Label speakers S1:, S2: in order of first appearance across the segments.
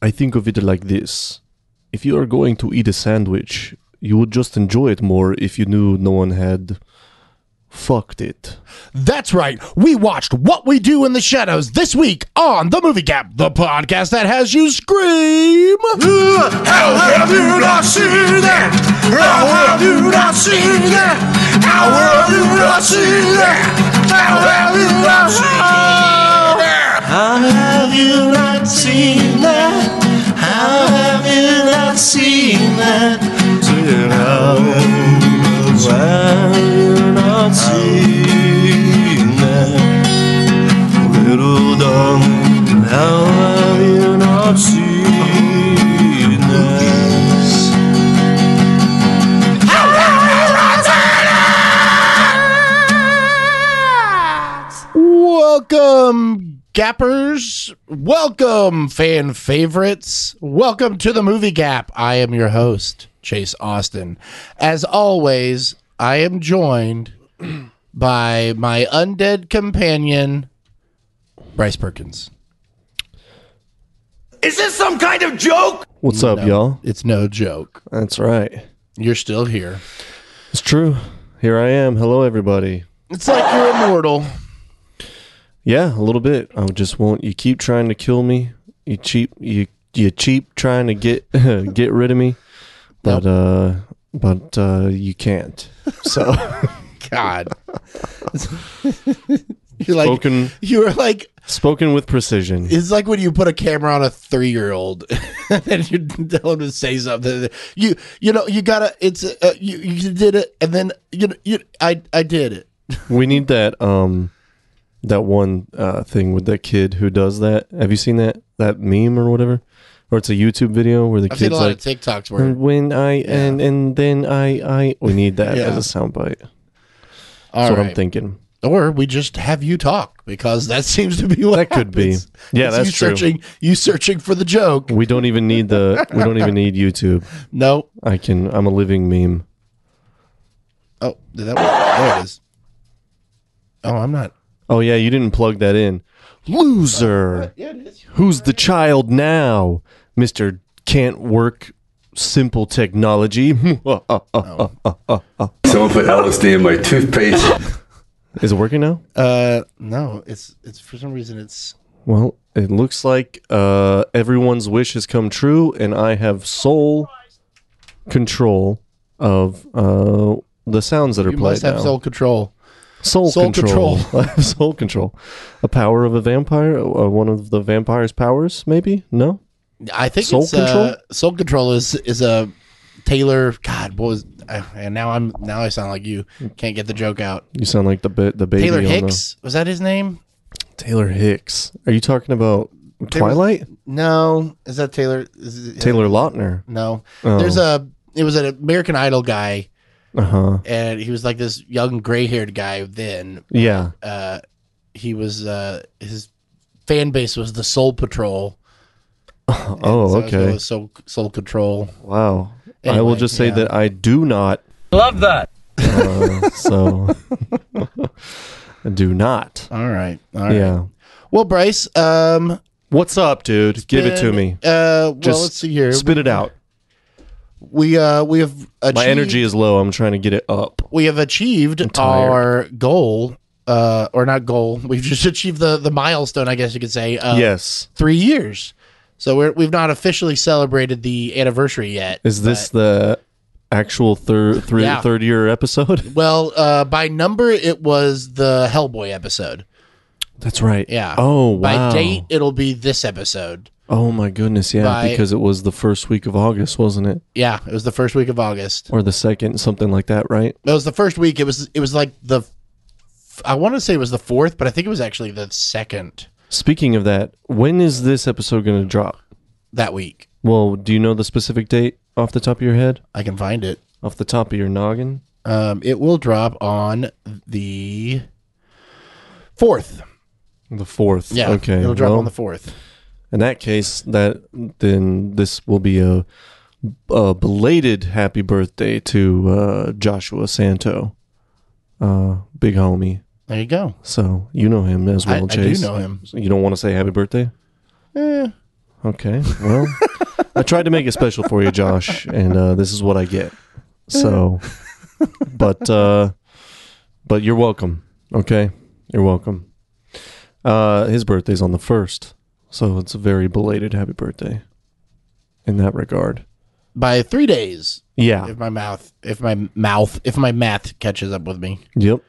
S1: I think of it like this. If you are going to eat a sandwich, you would just enjoy it more if you knew no one had fucked it.
S2: That's right. We watched What We Do in the Shadows this week on The Movie Gap, the podcast that has you scream.
S3: How have you not seen that? How have you not seen that? How have you not seen that? How have you not seen that? How have you not seen that? How have you not seen that? How have you not seen that? Little darling, how have you not seen that?
S2: Welcome, Gappers. Welcome, fan favorites. Welcome to The Movie Gap. I am your host, Chase Austin. As always, I am joined by my undead companion, Bryce Perkins.
S1: What's up, y'all?
S2: It's no joke.
S1: That's right.
S2: You're still here.
S1: It's true. Here I am. Hello, everybody.
S2: It's like you're immortal.
S1: Yeah, a little bit. I just want you keep trying to kill me. You cheap. You you cheap trying to get get rid of me, but uh, but uh, you can't. So
S2: God. you're like
S1: spoken
S2: you were like
S1: spoken with precision.
S2: it's like when you put a camera on a three year old and you tell him to say something. You you know you gotta it's uh, you you did it and then you you I I did it.
S1: We need that um that one uh thing with that kid who does that. Have you seen that that meme or whatever? Or it's a YouTube video where the
S2: I've seen
S1: kid's
S2: a lot
S1: like
S2: of TikToks where
S1: and when I and and then I I we need that
S2: Yeah.
S1: as a soundbite. That's
S2: all
S1: what
S2: right.
S1: I'm thinking.
S2: or we just have you talk because that seems to be what
S1: That could be.
S2: happens.
S1: Yeah,
S2: It's
S1: that's
S2: you
S1: true.
S2: Searching you searching for the joke.
S1: We don't even need the we don't even need YouTube.
S2: No.
S1: I can I'm a living meme.
S2: Oh, did that work? there it is. Oh, I'm not.
S1: Oh yeah, you didn't plug that in. Loser. Who's the child now? Mr. Can't work simple technology
S4: Someone put LSD in my toothpaste.
S1: is it working now
S2: Uh, no, it's it's for some reason it's
S1: Well, it looks like uh, everyone's wish has come true, and I have sole control of uh, the sounds that are
S2: you
S1: played
S2: must have
S1: now.
S2: sole control.
S1: Soul,
S2: sole
S1: I have soul control. A power of a vampire. Uh, one of the vampire's powers, maybe? No.
S2: I think
S1: Soul
S2: it's, uh,
S1: Control?
S2: soul control is is a Taylor. God, what was I, and now I'm now I sound like you can't get the joke out.
S1: You sound like the ba- the baby.
S2: Taylor
S1: on the-
S2: Hicks was that his name?
S1: Taylor Hicks. Are you talking about Twilight?
S2: No, is that Taylor? Is it-
S1: Taylor Lautner.
S2: No,
S1: Oh.
S2: there's a. It was an American Idol guy,
S1: Uh huh.
S2: and he was like this young gray-haired guy. Then
S1: Yeah.
S2: uh, he was uh, his fan base was the Soul Patrol.
S1: Oh,
S2: So I was going
S1: okay.
S2: with Soul Soul Control.
S1: Wow. I will
S2: Anyway,
S1: just say
S2: yeah.
S1: that I do not
S5: Love that.
S1: Uh, so do not.
S2: All right, all right.
S1: Yeah.
S2: Well, Bryce, um,
S1: What's up, dude? Give it to
S2: been,
S1: me.
S2: Uh, well,
S1: Just
S2: let's see here.
S1: Spit it out.
S2: we uh we have achieved,
S1: My energy is low. I'm trying to get it up.
S2: we have achieved
S1: tired.
S2: our goal uh or not goal we've just achieved the the milestone i guess you could say uh
S1: yes.
S2: three years so we're, we've not officially celebrated the anniversary yet
S1: Is this the actual third three,
S2: Yeah.
S1: third year episode?
S2: well uh by number it was the hellboy episode
S1: That's right.
S2: yeah
S1: Oh wow.
S2: by date it'll be this episode
S1: Oh my goodness. Yeah.
S2: By-
S1: because it was the first week of August, wasn't it?
S2: yeah it was the first week of august
S1: Or the second, something like that, right?
S2: that was the first week it was it was like the i want to say it was the fourth but i think it was actually the second
S1: Speaking of that, when is this episode going to drop?
S2: that week
S1: Well, do you know the specific date off the top of your head?
S2: i can find it
S1: Off the top of your noggin?
S2: Um, it will drop on the fourth.
S1: The fourth.
S2: Yeah.
S1: Okay.
S2: It'll drop
S1: well,
S2: on the fourth.
S1: In that case, that then this will be a, a belated happy birthday to uh, Joshua Santo, uh, big homie.
S2: There you go.
S1: So you know him as
S2: I,
S1: well,
S2: I do
S1: Chase.
S2: know him.
S1: So you don't want to say happy birthday?
S2: Eh,
S1: Okay. Well, I tried to make it special for you, Josh, and uh, this is what I get. So, but uh, but you're welcome. Okay, you're welcome. Uh, his birthday's on the first, so it's a very belated happy birthday. In that regard,
S2: by three days.
S1: yeah.
S2: If my mouth, if my mouth, if my math catches up with me.
S1: Yep.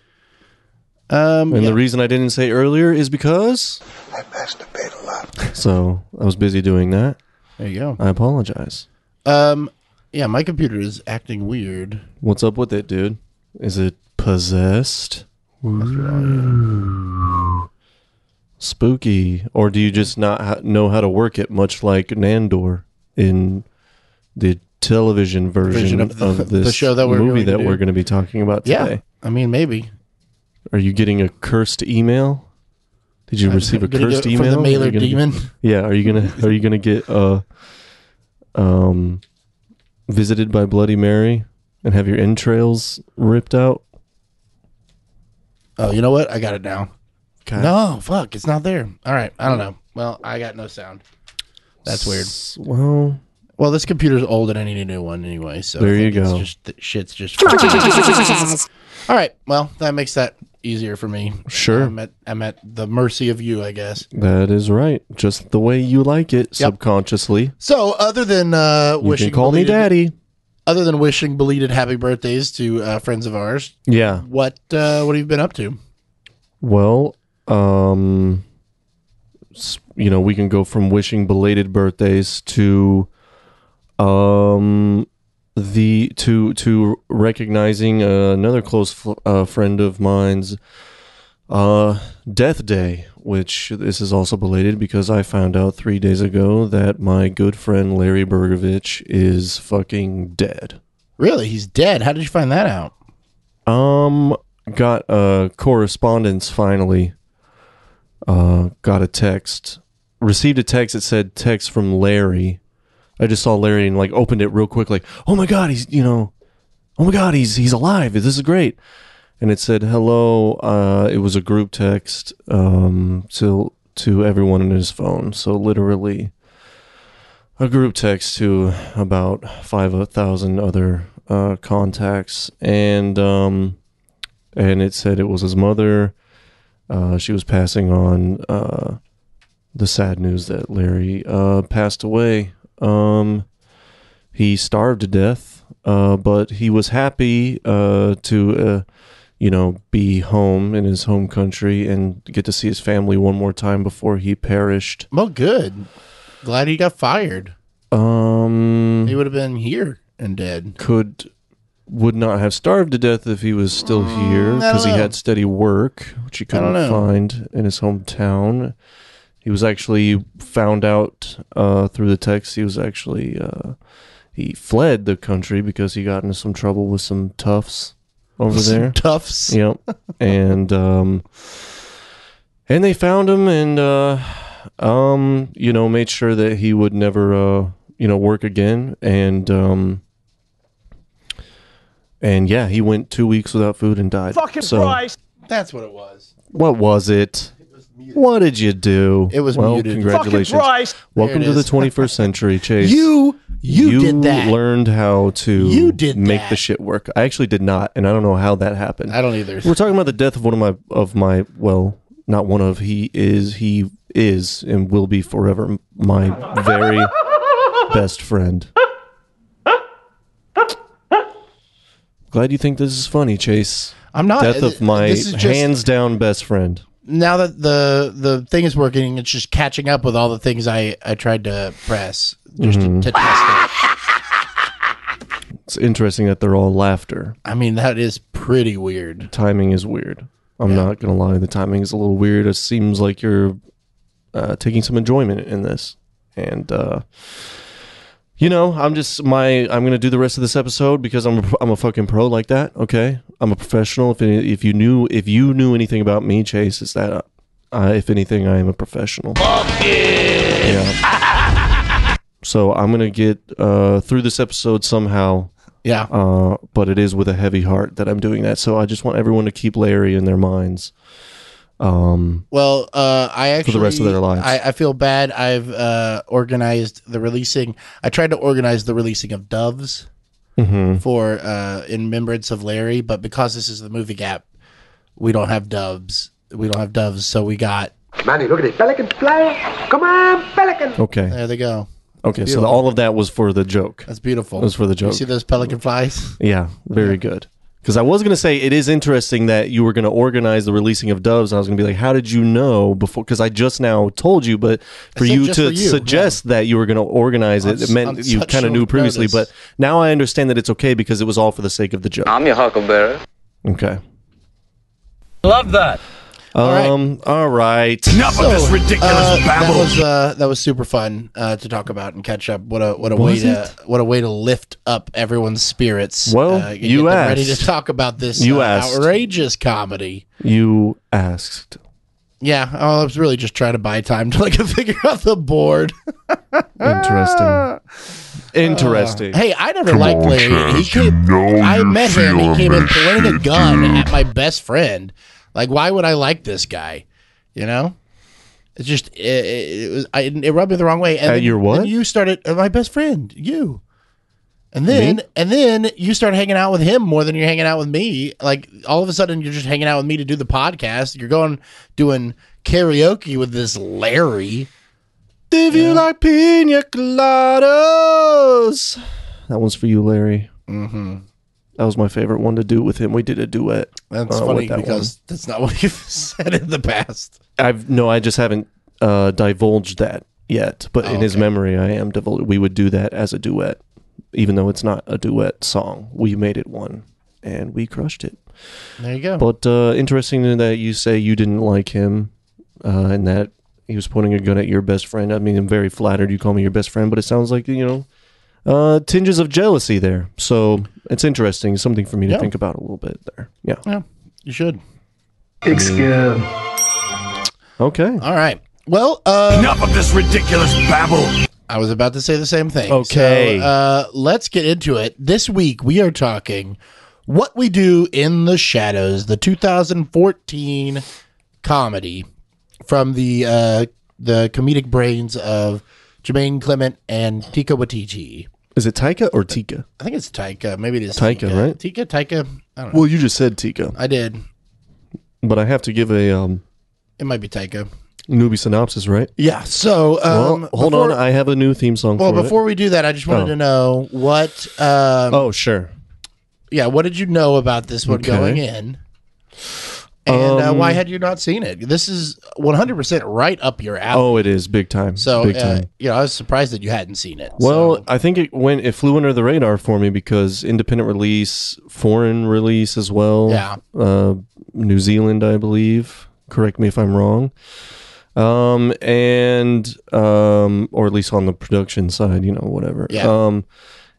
S2: Um,
S1: And
S2: yeah.
S1: the reason I didn't say earlier is because
S4: I masturbate a lot.
S1: so I was busy doing that.
S2: there you go.
S1: I apologize.
S2: Um, yeah, my computer is acting weird.
S1: What's up with it, dude? Is it possessed? Ooh. Spooky, or do you just not ha- know how to work it? Much like Nandor in the television version
S2: Version
S1: of,
S2: of the-
S1: this
S2: the show that we're
S1: movie
S2: going to
S1: that
S2: do.
S1: we're going to be talking about
S2: Yeah,
S1: today.
S2: I mean maybe.
S1: Are you getting a cursed email? Did you receive a
S2: I'm gonna
S1: cursed
S2: get it
S1: email?
S2: from the
S1: Are you
S2: mailer
S1: gonna get-
S2: demon?
S1: yeah. Are you gonna Are you gonna get uh, um, visited by Bloody Mary and have your entrails ripped out?
S2: Oh, you know what? I got it now.
S1: God.
S2: No, fuck, it's not there. All right, I don't know. Well, I got no sound. That's weird.
S1: S- Well,
S2: Well, this computer's old and I need a new one anyway. So I
S1: There you
S2: think it's
S1: go.
S2: Just, th- shit's just. All right. Well, that makes that easier for me.
S1: Sure.
S2: I'm at I'm at the mercy of you, I guess.
S1: that is right. Just the way you like it, subconsciously.
S2: So, other than uh,
S1: You
S2: wishing
S1: can call me
S2: belated-
S1: daddy.
S2: other than wishing belated happy birthdays to uh, friends of ours,
S1: Yeah.
S2: what uh, what have you been up to?
S1: Well, um, s- you know, we can go from wishing belated birthdays to, um, the to to recognizing uh, another close fl- uh, friend of mine's uh death day which this is also belated because i found out three days ago that my good friend larry bergovich is fucking dead
S2: Really, he's dead. How did you find that out?
S1: um, got uh correspondence finally. Uh, got a text. Received a text that said text from Larry. I just saw Larry and like opened it real quick, like, oh my god, he's you know, oh my god, he's he's alive. This is great. And it said hello. Uh, it was a group text um, to to everyone in his phone. So literally, a group text to about 5,000 other uh, contacts. And, um, and it said it was his mother. Uh, she was passing on uh, the sad news that Larry uh, passed away. Um, he starved to death, uh, but he was happy uh, to, uh, you know, be home in his home country and get to see his family one more time before he perished.
S2: Well, good. Glad he got fired.
S1: Um,
S2: He would have been here and dead.
S1: could would not have starved to death if he was still here
S2: Mm, I don't
S1: because he
S2: know.
S1: had steady work, which he
S2: don't
S1: couldn't
S2: know.
S1: find in his hometown. He was actually found out uh, through the text. He was actually uh, he fled the country because he got into some trouble with some toughs over there.
S2: Tufts.
S1: Yep. and um and they found him and uh um you know made sure that he would never uh you know work again and um and yeah, he went 2 weeks without food and died. Fucking so,
S2: That's what it was.
S1: What was it? What did you do?
S2: It was
S1: well,
S2: muted.
S1: Congratulations. Welcome
S2: There
S1: to
S2: it
S1: the
S2: is.
S1: 21st century, Chase.
S2: You you, did that.
S1: learned how to
S2: You did
S1: make
S2: that.
S1: the shit work. I actually did not, and I don't know how that happened.
S2: I don't either.
S1: We're talking about the death of one of my of my well, not one of he is he is and will be forever my very best friend. Glad you think this is funny, Chase.
S2: I'm not.
S1: Death of my
S2: This is just-
S1: hands down best friend.
S2: now that the the thing is working, it's just catching up with all the things I I tried to press just
S1: Mm-hmm.
S2: to, to test it.
S1: It's interesting that they're all laughter.
S2: I mean, that is pretty weird.
S1: Timing is weird. I'm not gonna lie, the timing is a little weird. It seems like you're uh, taking some enjoyment in this, and uh, you know, I'm just my I'm gonna do the rest of this episode because I'm a, I'm a fucking pro like that. Okay, I'm a professional. If any, if you knew if you knew anything about me, Chase, is that uh, if anything, I am a professional. Yeah. So I'm gonna get uh, through this episode somehow
S2: Yeah.
S1: uh, but it is with a heavy heart that I'm doing that. So I just want everyone to keep Larry in their minds Um,
S2: Well, uh, I actually
S1: the rest of their lives.
S2: I, I feel bad. I've uh, organized the releasing. I tried to organize the releasing of Doves
S1: Mm-hmm.
S2: for uh, in remembrance of Larry, but because this is the movie gap, we don't have Doves. We don't have Doves, so we got
S4: Manny, look at it. Pelican fly. Come on, Pelican.
S1: okay,
S2: there. They go.
S1: okay. So the, all of that was for the joke.
S2: That's beautiful.
S1: It was for the joke.
S2: You see those pelican flies?
S1: Yeah, very good. Because I was going to say it is interesting that you were going to organize the releasing of Doves. And I was going to be like, how did you know before? Because I just now told you, but for
S2: said
S1: you to
S2: just for you,
S1: suggest that you were going to organize it, it
S2: s- on
S1: meant you
S2: such
S1: kind of
S2: short
S1: knew previously.
S2: notice.
S1: But now I understand that it's okay because it was all for the sake of the joke.
S2: Um,
S5: I'm your huckleberry.
S1: Okay.
S6: Love that.
S2: right.
S1: Um. All right.
S3: Enough of this ridiculous
S2: Uh, that
S3: babble.
S2: was uh, that was super fun uh, to talk about and catch up. What a what a
S1: Was
S2: way to what a way to lift up everyone's spirits.
S1: Well,
S2: uh, and
S1: you
S2: get them ready to
S1: asked.
S2: talk about this
S1: You
S2: uh,
S1: asked.
S2: outrageous comedy.
S1: You asked.
S2: Yeah, oh, I was really just trying to buy time till I could figure out the board.
S1: Interesting. Interesting.
S2: hey, I never liked Larry. He came, I met him. He came and pointed a gun at my best friend. Like, why would I like this guy? You know, it's just it, it, it was. I, it rubbed me the wrong way. And
S1: At your what?
S2: then you started uh, my best friend. You. And then, and then you start hanging out with him more than you're hanging out with me. Like all of a sudden, you're just hanging out with me to do the podcast. You're going doing karaoke with this Larry.
S1: If you like pina coladas. That one's for you, Larry. Mm-hmm. That was my favorite one to do with him. We did a duet.
S2: That's
S1: uh, with
S2: funny
S1: that
S2: because that's not what you've said in the past.
S1: one. I've no, I just haven't uh, divulged that yet. But in his memory, I am divulged. We would do that as a duet, even though it's not a duet song. We made it one, and we crushed it.
S2: There you go.
S1: But uh, interesting that you say you didn't like him, uh, and that he was pointing a gun at your best friend. I mean, I'm very flattered you call me your best friend, but it sounds like you know uh, tinges of jealousy there. So it's interesting, something for me to
S2: Yeah.
S1: think about a little bit there. Yeah.
S2: yeah, you should.
S1: Okay.
S2: All right. Well, uh,
S3: Enough of this ridiculous babble.
S2: I was about to say the same thing.
S1: Okay.
S2: So, uh, let's get into it. This week we are talking what we do in the shadows, the 2014 comedy from the uh, the comedic brains of Jermaine Clement and Tika Waititi.
S1: Is it Taika or Tika?
S2: I think it's Taika. Maybe it is
S1: Taika, right?
S2: Tika, Taika. I don't know.
S1: Well, you just said Tika,
S2: I did.
S1: but I have to give a um,
S2: It might be Taika.
S1: newbie synopsis, right?
S2: Yeah. So, um,
S1: well, hold on.
S2: before-
S1: I have a new theme song
S2: Well,
S1: for
S2: before we do that, I just wanted
S1: Oh.
S2: to know what, um,
S1: it. Oh, sure.
S2: yeah, what did you know about this one
S1: Okay. Um,
S2: going in, and uh, why had you not seen it? This is 100 percent right up your alley.
S1: Oh, it is big time.
S2: so,
S1: big
S2: uh, you know, I was surprised that you hadn't seen it.
S1: Well,
S2: so-
S1: I think it went it flew under the radar for me because independent release, foreign release as well.
S2: Yeah.
S1: Uh, New Zealand, I believe. Correct me if I'm wrong. Um, and um, or at least on the production side, you know, whatever.
S2: Yeah.
S1: Um,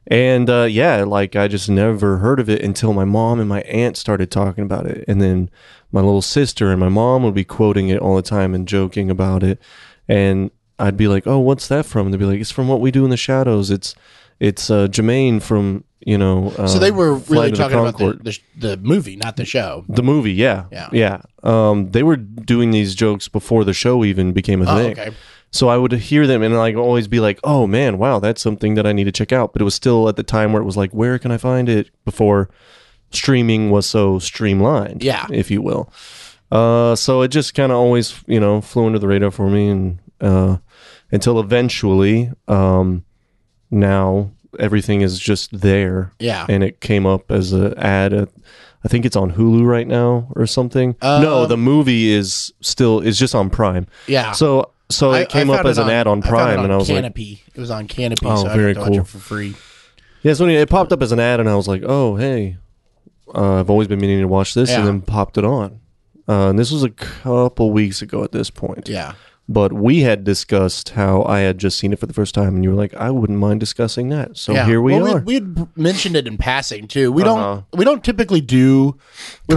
S1: and uh, yeah, like I just never heard of it until my mom and my aunt started talking about it, and then my little sister and my mom would be quoting it all the time and joking about it, and I'd be like, "Oh, what's that from?" And they'd be like, "It's from what we do in the shadows. It's it's uh, Jermaine from you know."
S2: so they
S1: um,
S2: were
S1: Flight
S2: really
S1: of the
S2: talking about the,
S1: Conchorde."
S2: the, sh- the movie, not the show.
S1: The movie, yeah,
S2: Yeah.
S1: Um, they were doing these jokes before the show even became a
S2: Oh,
S1: thing.
S2: okay.
S1: So I would hear them and like always be like, "Oh man, wow, that's something that I need to check out." But it was still at the time where it was like, "Where can I find it?" Before streaming was so streamlined,
S2: Yeah.
S1: if you will. Uh, so it just kind of always, you know, flew under the radar for me, and uh, until eventually, um, now everything is just there.
S2: Yeah.
S1: and it came up as a ad. At, I think it's on Hulu right now or something. no,
S2: Um,
S1: the movie is still is just on Prime.
S2: Yeah.
S1: So so
S2: I-
S1: it came
S2: I
S1: up
S2: found
S1: as
S2: it
S1: an ad on
S2: found
S1: Prime,
S2: it on
S1: and I was like,
S2: Canopy. it was on Canopy,
S1: Oh,
S2: so I
S1: very
S2: got to watch
S1: cool.
S2: it for free.
S1: yeah, so anyway, it popped up as an ad, and I was like, oh hey, uh, I've always been meaning to watch this,
S2: Yeah.
S1: and then popped it on. Uh, and this was a couple weeks ago at this point.
S2: Yeah.
S1: But we had discussed how I had just seen it for the first time, and you were like, "I wouldn't mind discussing that." So here we
S2: Well,
S1: are.
S2: We, we'd mentioned it in passing too. We
S1: Uh-huh.
S2: don't we don't typically do we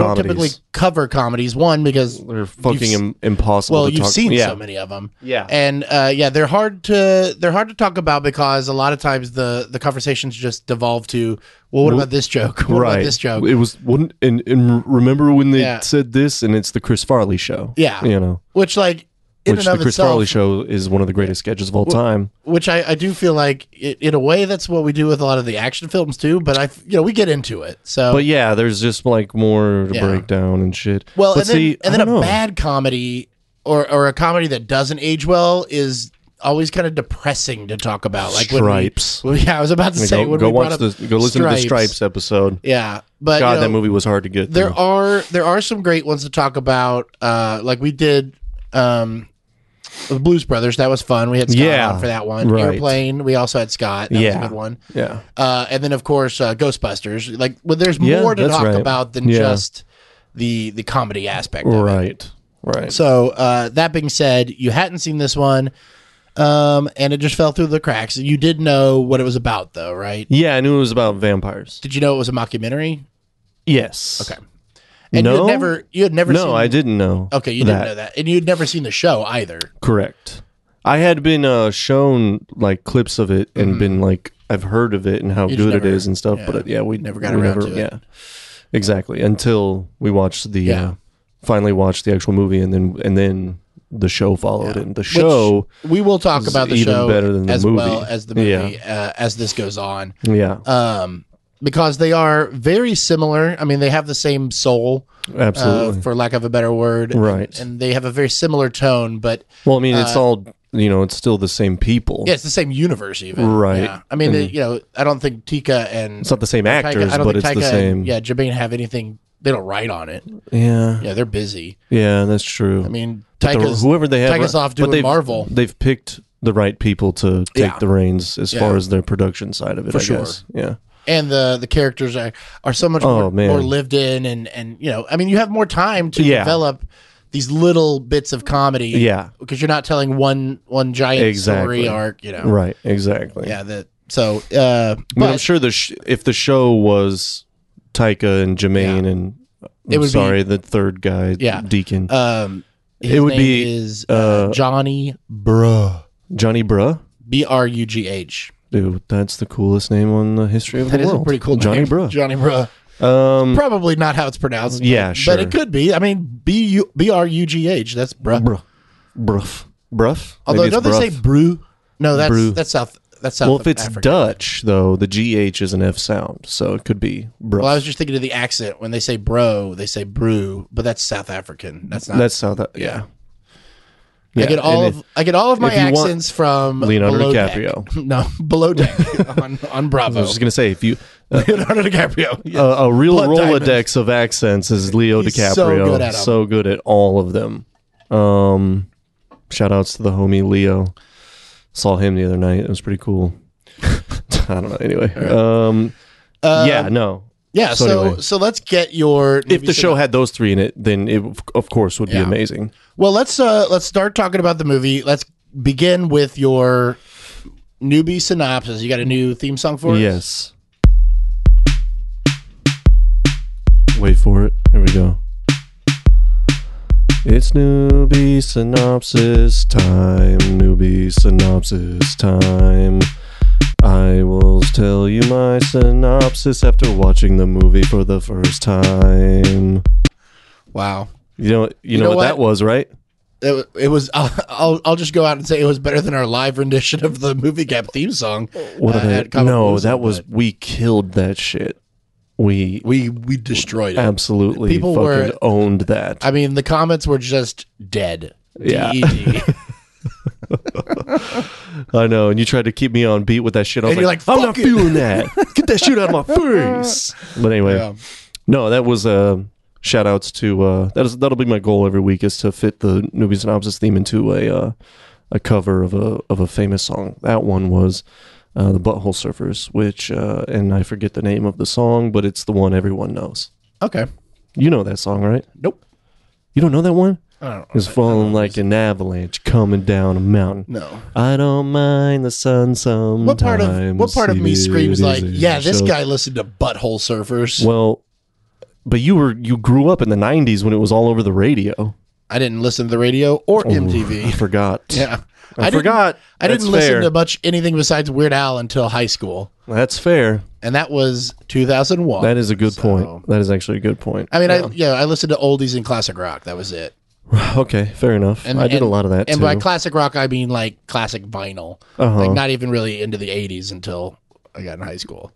S1: Comedies.
S2: don't typically cover comedies. One because
S1: They're fucking
S2: you've-
S1: im- impossible.
S2: well,
S1: to
S2: you've
S1: talk-
S2: seen
S1: yeah.
S2: so many of them.
S1: Yeah.
S2: and uh, yeah, they're hard to they're hard to talk about because a lot of times the the conversations just devolve to well, what about this joke? What
S1: right.
S2: about this joke?
S1: It was wouldn't and, and remember when they
S2: Yeah.
S1: said this, and it's the Chris Farley show.
S2: Yeah.
S1: you know,
S2: Which like in
S1: which
S2: and
S1: the
S2: of
S1: Chris
S2: itself,
S1: Farley show is one of the greatest sketches of all time.
S2: which I, I do feel like i in a way that's what we do with a lot of the action films too. But I f- you know we get into it so.
S1: But yeah, there's just like more to
S2: Yeah.
S1: break down and shit.
S2: Well,
S1: but
S2: and then,
S1: see,
S2: and
S1: I
S2: then a
S1: don't know.
S2: bad comedy or or a comedy that doesn't age well is always kind of depressing to talk about. Like when we-
S1: Stripes.
S2: well, yeah, I was about to
S1: Go-
S2: say
S1: go
S2: when we
S1: watch
S2: brought
S1: the
S2: up
S1: go listen to the Stripes episode.
S2: Yeah, but
S1: God,
S2: you know,
S1: that movie was hard to get.
S2: There
S1: through.
S2: are there are some great ones to talk about. Uh, like we did. Um, the Blues Brothers, that was fun. We had Scott
S1: Yeah,
S2: on for that one.
S1: right.
S2: Airplane, we also had Scott. That
S1: Yeah.
S2: was a good one.
S1: yeah,
S2: Uh, and then of course uh, Ghostbusters. Like, well, there's
S1: Yeah,
S2: more to
S1: that's
S2: talk
S1: right.
S2: about than
S1: Yeah.
S2: just the the comedy aspect. Of it.
S1: right, right.
S2: So uh, that being said, you hadn't seen this one, um, and it just fell through the cracks. You did know what it was about, though, right?
S1: yeah, I knew it was about vampires.
S2: Did you know it was a mockumentary?
S1: Yes.
S2: Okay. And you
S1: No?
S2: had never, you had never.
S1: No,
S2: seen,
S1: I didn't know.
S2: Okay, you didn't know that, and you'd never seen the show either.
S1: Correct. I had been uh, shown like clips of it and been like, I've heard of it and how
S2: Mm-hmm. You just
S1: good it
S2: never-
S1: is and stuff.
S2: yeah,
S1: but uh, yeah, we
S2: never got
S1: we
S2: around to it.
S1: Yeah, exactly. Until we watched the,
S2: Yeah.
S1: uh, finally watched the actual movie, and then and then the show followed, and the
S2: Which
S1: show,
S2: we will talk
S1: is
S2: about the
S1: even
S2: show
S1: better than the
S2: as
S1: movie.
S2: well as the movie uh, as this goes on,
S1: yeah,
S2: um, because they are very similar. I mean, they have the same soul, uh,
S1: absolutely.
S2: for lack of a better word,
S1: Right.
S2: And, and they have a very similar tone, but
S1: well, I mean, it's all you know, it's still the same people.
S2: uh, Yeah, it's the same universe, even.
S1: Right.
S2: Yeah. I mean, they- you know, I don't think Tika and
S1: It's not the same actors,
S2: I don't
S1: but
S2: think
S1: it's the
S2: Taika
S1: same.
S2: And, yeah, Jermaine have anything. They don't write on it.
S1: yeah,
S2: Yeah, they're busy.
S1: yeah, that's true.
S2: I mean,
S1: the-
S2: Taika's
S1: whoever they have,
S2: Taika's off
S1: but
S2: doing
S1: they've-
S2: Marvel.
S1: They've picked the right people to take
S2: Yeah.
S1: the reins as
S2: Yeah.
S1: far as their production side of it.
S2: For
S1: I
S2: sure.
S1: guess. Yeah.
S2: and the the characters are are so much
S1: Oh,
S2: more,
S1: man.
S2: more lived in, and and you know, I mean, you have more time to
S1: Yeah.
S2: develop these little bits of comedy.
S1: Yeah.
S2: because you're not telling one one giant
S1: Exactly.
S2: story arc. You know.
S1: Right. Exactly.
S2: Yeah. That. So.
S1: I
S2: Uh,
S1: mean, I'm
S2: but-
S1: sure the sh- if the show was Taika and Jermaine and I'm
S2: It would be-
S1: sorry, the third guy,
S2: Yeah.
S1: Deacon
S2: Um, his
S1: It would
S2: name
S1: be,
S2: is uh, Johnny Bruh.
S1: Johnny Bruh.
S2: B R U G H.
S1: Dude, that's the coolest name on the history of
S2: That
S1: the
S2: is
S1: world.
S2: a pretty cool
S1: Johnny
S2: name.
S1: Bruh.
S2: Johnny Bruh.
S1: um,
S2: Probably not how it's pronounced.
S1: Yeah,
S2: but,
S1: sure.
S2: But it could be. I mean, B U B R U G H. That's Bruh.
S1: Bruh, Bruff, Bruff. Maybe
S2: Although
S1: it's
S2: don't they say
S1: Bruff.
S2: Brew? No, that's
S1: Brew.
S2: that's South. That's South.
S1: Well, if it's
S2: Africa.
S1: Dutch though, the G H is an F sound, so it could be Bruff.
S2: Well, I was just thinking of the accent. When they say bro, they say brew, but that's South African. That's not.
S1: That's how that. Yeah.
S2: Uh, I get all
S1: and
S2: of I get all of my
S1: if you want-
S2: accents from
S1: Leonardo
S2: Below
S1: DiCaprio.
S2: Deck. No, below deck on on
S1: I
S2: Bravo.
S1: was just gonna say if you uh,
S2: Leonardo DiCaprio.
S1: a, a real
S2: Blood
S1: Rolodex
S2: diamond.
S1: of accents is Leo
S2: He's
S1: DiCaprio.
S2: so good at 'em.
S1: So good at all of them. Um, shout outs to the homie Leo. Saw him the other night. It was pretty cool. I don't know. Anyway, um, yeah, no.
S2: Uh, Yeah.
S1: So
S2: So
S1: anyway.
S2: so let's get your
S1: If
S2: movie
S1: the show
S2: synop-
S1: had those three in it, then it of- of course would be
S2: Yeah.
S1: amazing.
S2: Well, let's uh let's start talking about the movie. Let's begin with your newbie synopsis. You got a new theme song for us?
S1: Yes. Wait for it. Here we go. It's newbie synopsis time. Newbie synopsis time. I will tell you my synopsis after watching the movie for the first time.
S2: Wow.
S1: You know, you, know,
S2: know
S1: what, that
S2: what?
S1: was, right?
S2: It, wa- it was. I'll, I'll I'll just go out and say it was better than our live rendition of the movie gap theme song.
S1: What
S2: uh,
S1: did I-
S2: at Comic
S1: no,
S2: Palooza,
S1: that was
S2: but
S1: we killed that shit. We
S2: we we destroyed it.
S1: absolutely
S2: People
S1: fucking
S2: were-
S1: owned that.
S2: I mean, the comments were just dead. E
S1: Yeah.
S2: D-E-D.
S1: I know, and you tried to keep me on beat with that shit. I was
S2: And you're like,
S1: I'm not
S2: "Fuck it."
S1: feeling that. Get that shit out of my face. But anyway,
S2: Yeah.
S1: no, that was uh, shout outs to uh, that is that'll be my goal every week is to fit the newbie synopsis theme into a uh, a cover of a of a famous song. That one was uh, the Butthole Surfers, which uh, and I forget the name of the song, but it's the one everyone knows.
S2: Okay.
S1: You know that song, right?
S2: Nope.
S1: You don't know that one? is falling like an avalanche coming down a mountain.
S2: No.
S1: I don't mind the sun sometimes.
S2: What part of what part of me
S1: It is
S2: screams like,
S1: a
S2: yeah, this
S1: show."
S2: guy listened to Butthole Surfers.
S1: Well, but you were you grew up in the '90s when it was all over the radio.
S2: I didn't listen to the radio or
S1: Oh. I
S2: MTV.
S1: forgot.
S2: Yeah,
S1: I,
S2: didn't-
S1: forgot.
S2: I didn't
S1: That's
S2: listen
S1: fair.
S2: to much anything besides Weird Al until high school,
S1: That's fair.
S2: and that was 2001.
S1: That is a good
S2: So-
S1: point. That is actually a good point.
S2: I mean, I yeah, I listened to oldies and classic rock. That was it.
S1: okay, fair enough.
S2: And
S1: I did
S2: and-
S1: a lot of that
S2: And
S1: too.
S2: by classic rock, I mean like classic vinyl.
S1: Uh-huh.
S2: Like not even really into the 80s until I got in high school.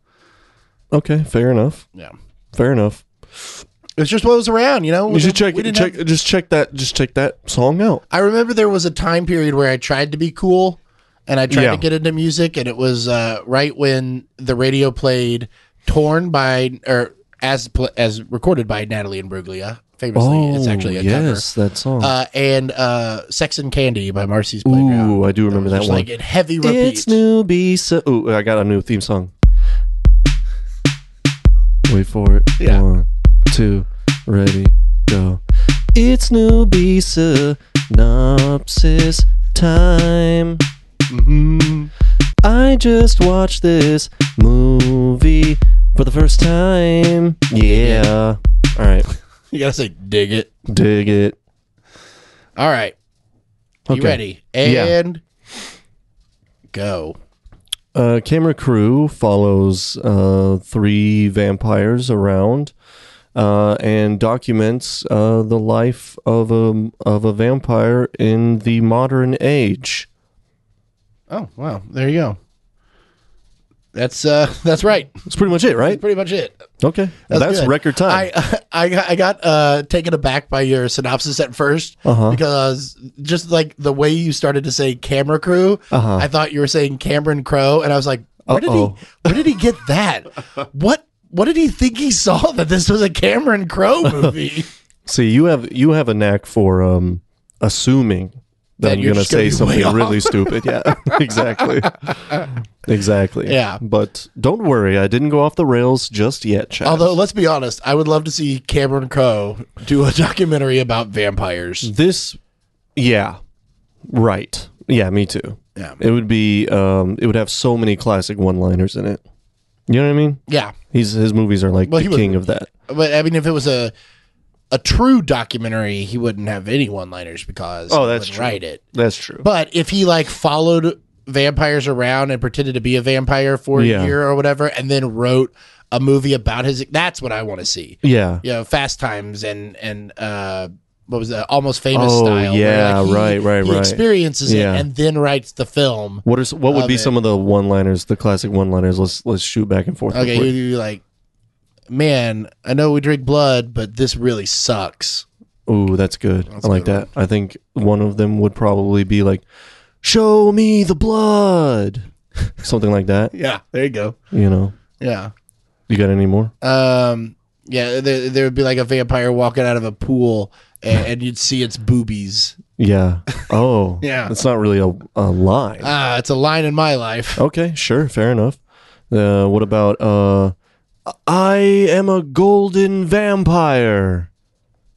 S1: okay, fair enough.
S2: Yeah,
S1: Fair enough.
S2: it's just what was around. You know,
S1: You should check
S2: We didn't
S1: check
S2: have-
S1: just check that just check that song out.
S2: I remember there was a time period where I tried to be cool and I tried
S1: Yeah.
S2: to get into music, and it was uh, right when the radio played "Torn" by or as pl- as recorded by Natalie and Bruglia. Famously, it's actually a
S1: Oh, yes, that song.
S2: cover. Uh, and uh, "Sex and Candy" by Marcy's Playground.
S1: Ooh, I do remember that
S2: Just
S1: one.
S2: like in heavy repeat.
S1: It's new be so. Ooh, I got a new theme song. Wait for it.
S2: Yeah.
S1: One, two, ready, go. It's new be synopsis time.
S2: Mm-hmm.
S1: I just watched this movie for the first time. Yeah. All right.
S2: You gotta say "dig it."
S1: Dig it.
S2: All right, you
S1: Okay.
S2: ready?
S1: Yeah.
S2: And go.
S1: Uh, camera crew follows uh, three vampires around uh, and documents uh, the life of a of a vampire in the modern age.
S2: Oh wow, there you go. That's uh, that's right.
S1: That's pretty much it, right?
S2: That's pretty much it.
S1: Okay, that's,
S2: good.
S1: record time.
S2: I I got, I got uh, taken aback by your synopsis at 1st
S1: Uh-huh.
S2: because just like the way you started to say camera crew,
S1: Uh-huh.
S2: I thought you were saying Cameron Crowe, and I was like, where did
S1: Uh-oh.
S2: he where did he get that? what what did he think he saw that this was a Cameron Crowe movie?
S1: See, you have you have a knack for um, assuming that
S2: That
S1: I'm
S2: you're
S1: going to
S2: just
S1: say
S2: gonna be way
S1: something
S2: off.
S1: really stupid. Yeah, exactly, exactly.
S2: Yeah.
S1: but don't worry, I didn't go off the rails just yet, Chad.
S2: Although let's be honest, I would love to see Cameron Crowe do a documentary about vampires.
S1: this yeah right yeah me too
S2: Yeah,
S1: it would be um it would have so many classic one liners in it you know what i mean
S2: yeah.
S1: he's his movies are like
S2: Well, he
S1: the
S2: would-
S1: king of that
S2: But I mean, if it was a a true documentary, he wouldn't have any one-liners because
S1: Oh,
S2: he
S1: that's
S2: wouldn't
S1: true.
S2: write it.
S1: that's true
S2: But if he like followed vampires around and pretended to be a vampire for
S1: Yeah.
S2: a year or whatever, and then wrote a movie about his, that's what I want to see.
S1: yeah
S2: You know, Fast Times and and uh, what was that? Almost Famous
S1: Oh,
S2: style. where,
S1: yeah,
S2: he-
S1: right, right,
S2: He
S1: right.
S2: experiences
S1: Yeah.
S2: it and then writes the film.
S1: what are s- what would
S2: Love
S1: be
S2: it.
S1: some of the one liners the classic one liners let's let's shoot back and forth real
S2: Okay, you
S1: quick.
S2: you like, man, I know we drink blood, but this really sucks.
S1: Ooh, that's good. I
S2: a
S1: like
S2: good
S1: that. I think one of them would probably be like, "Show me the blood," something like that.
S2: Yeah, there you go.
S1: You know,
S2: Yeah.
S1: you got any more?
S2: Um, yeah, there, there would be like a vampire walking out of a pool, and, and you'd see its boobies.
S1: Yeah. Oh.
S2: Yeah.
S1: That's not really a, a line.
S2: Ah, it's a line in my life.
S1: okay, sure, fair enough. Uh, what about uh I am a golden vampire.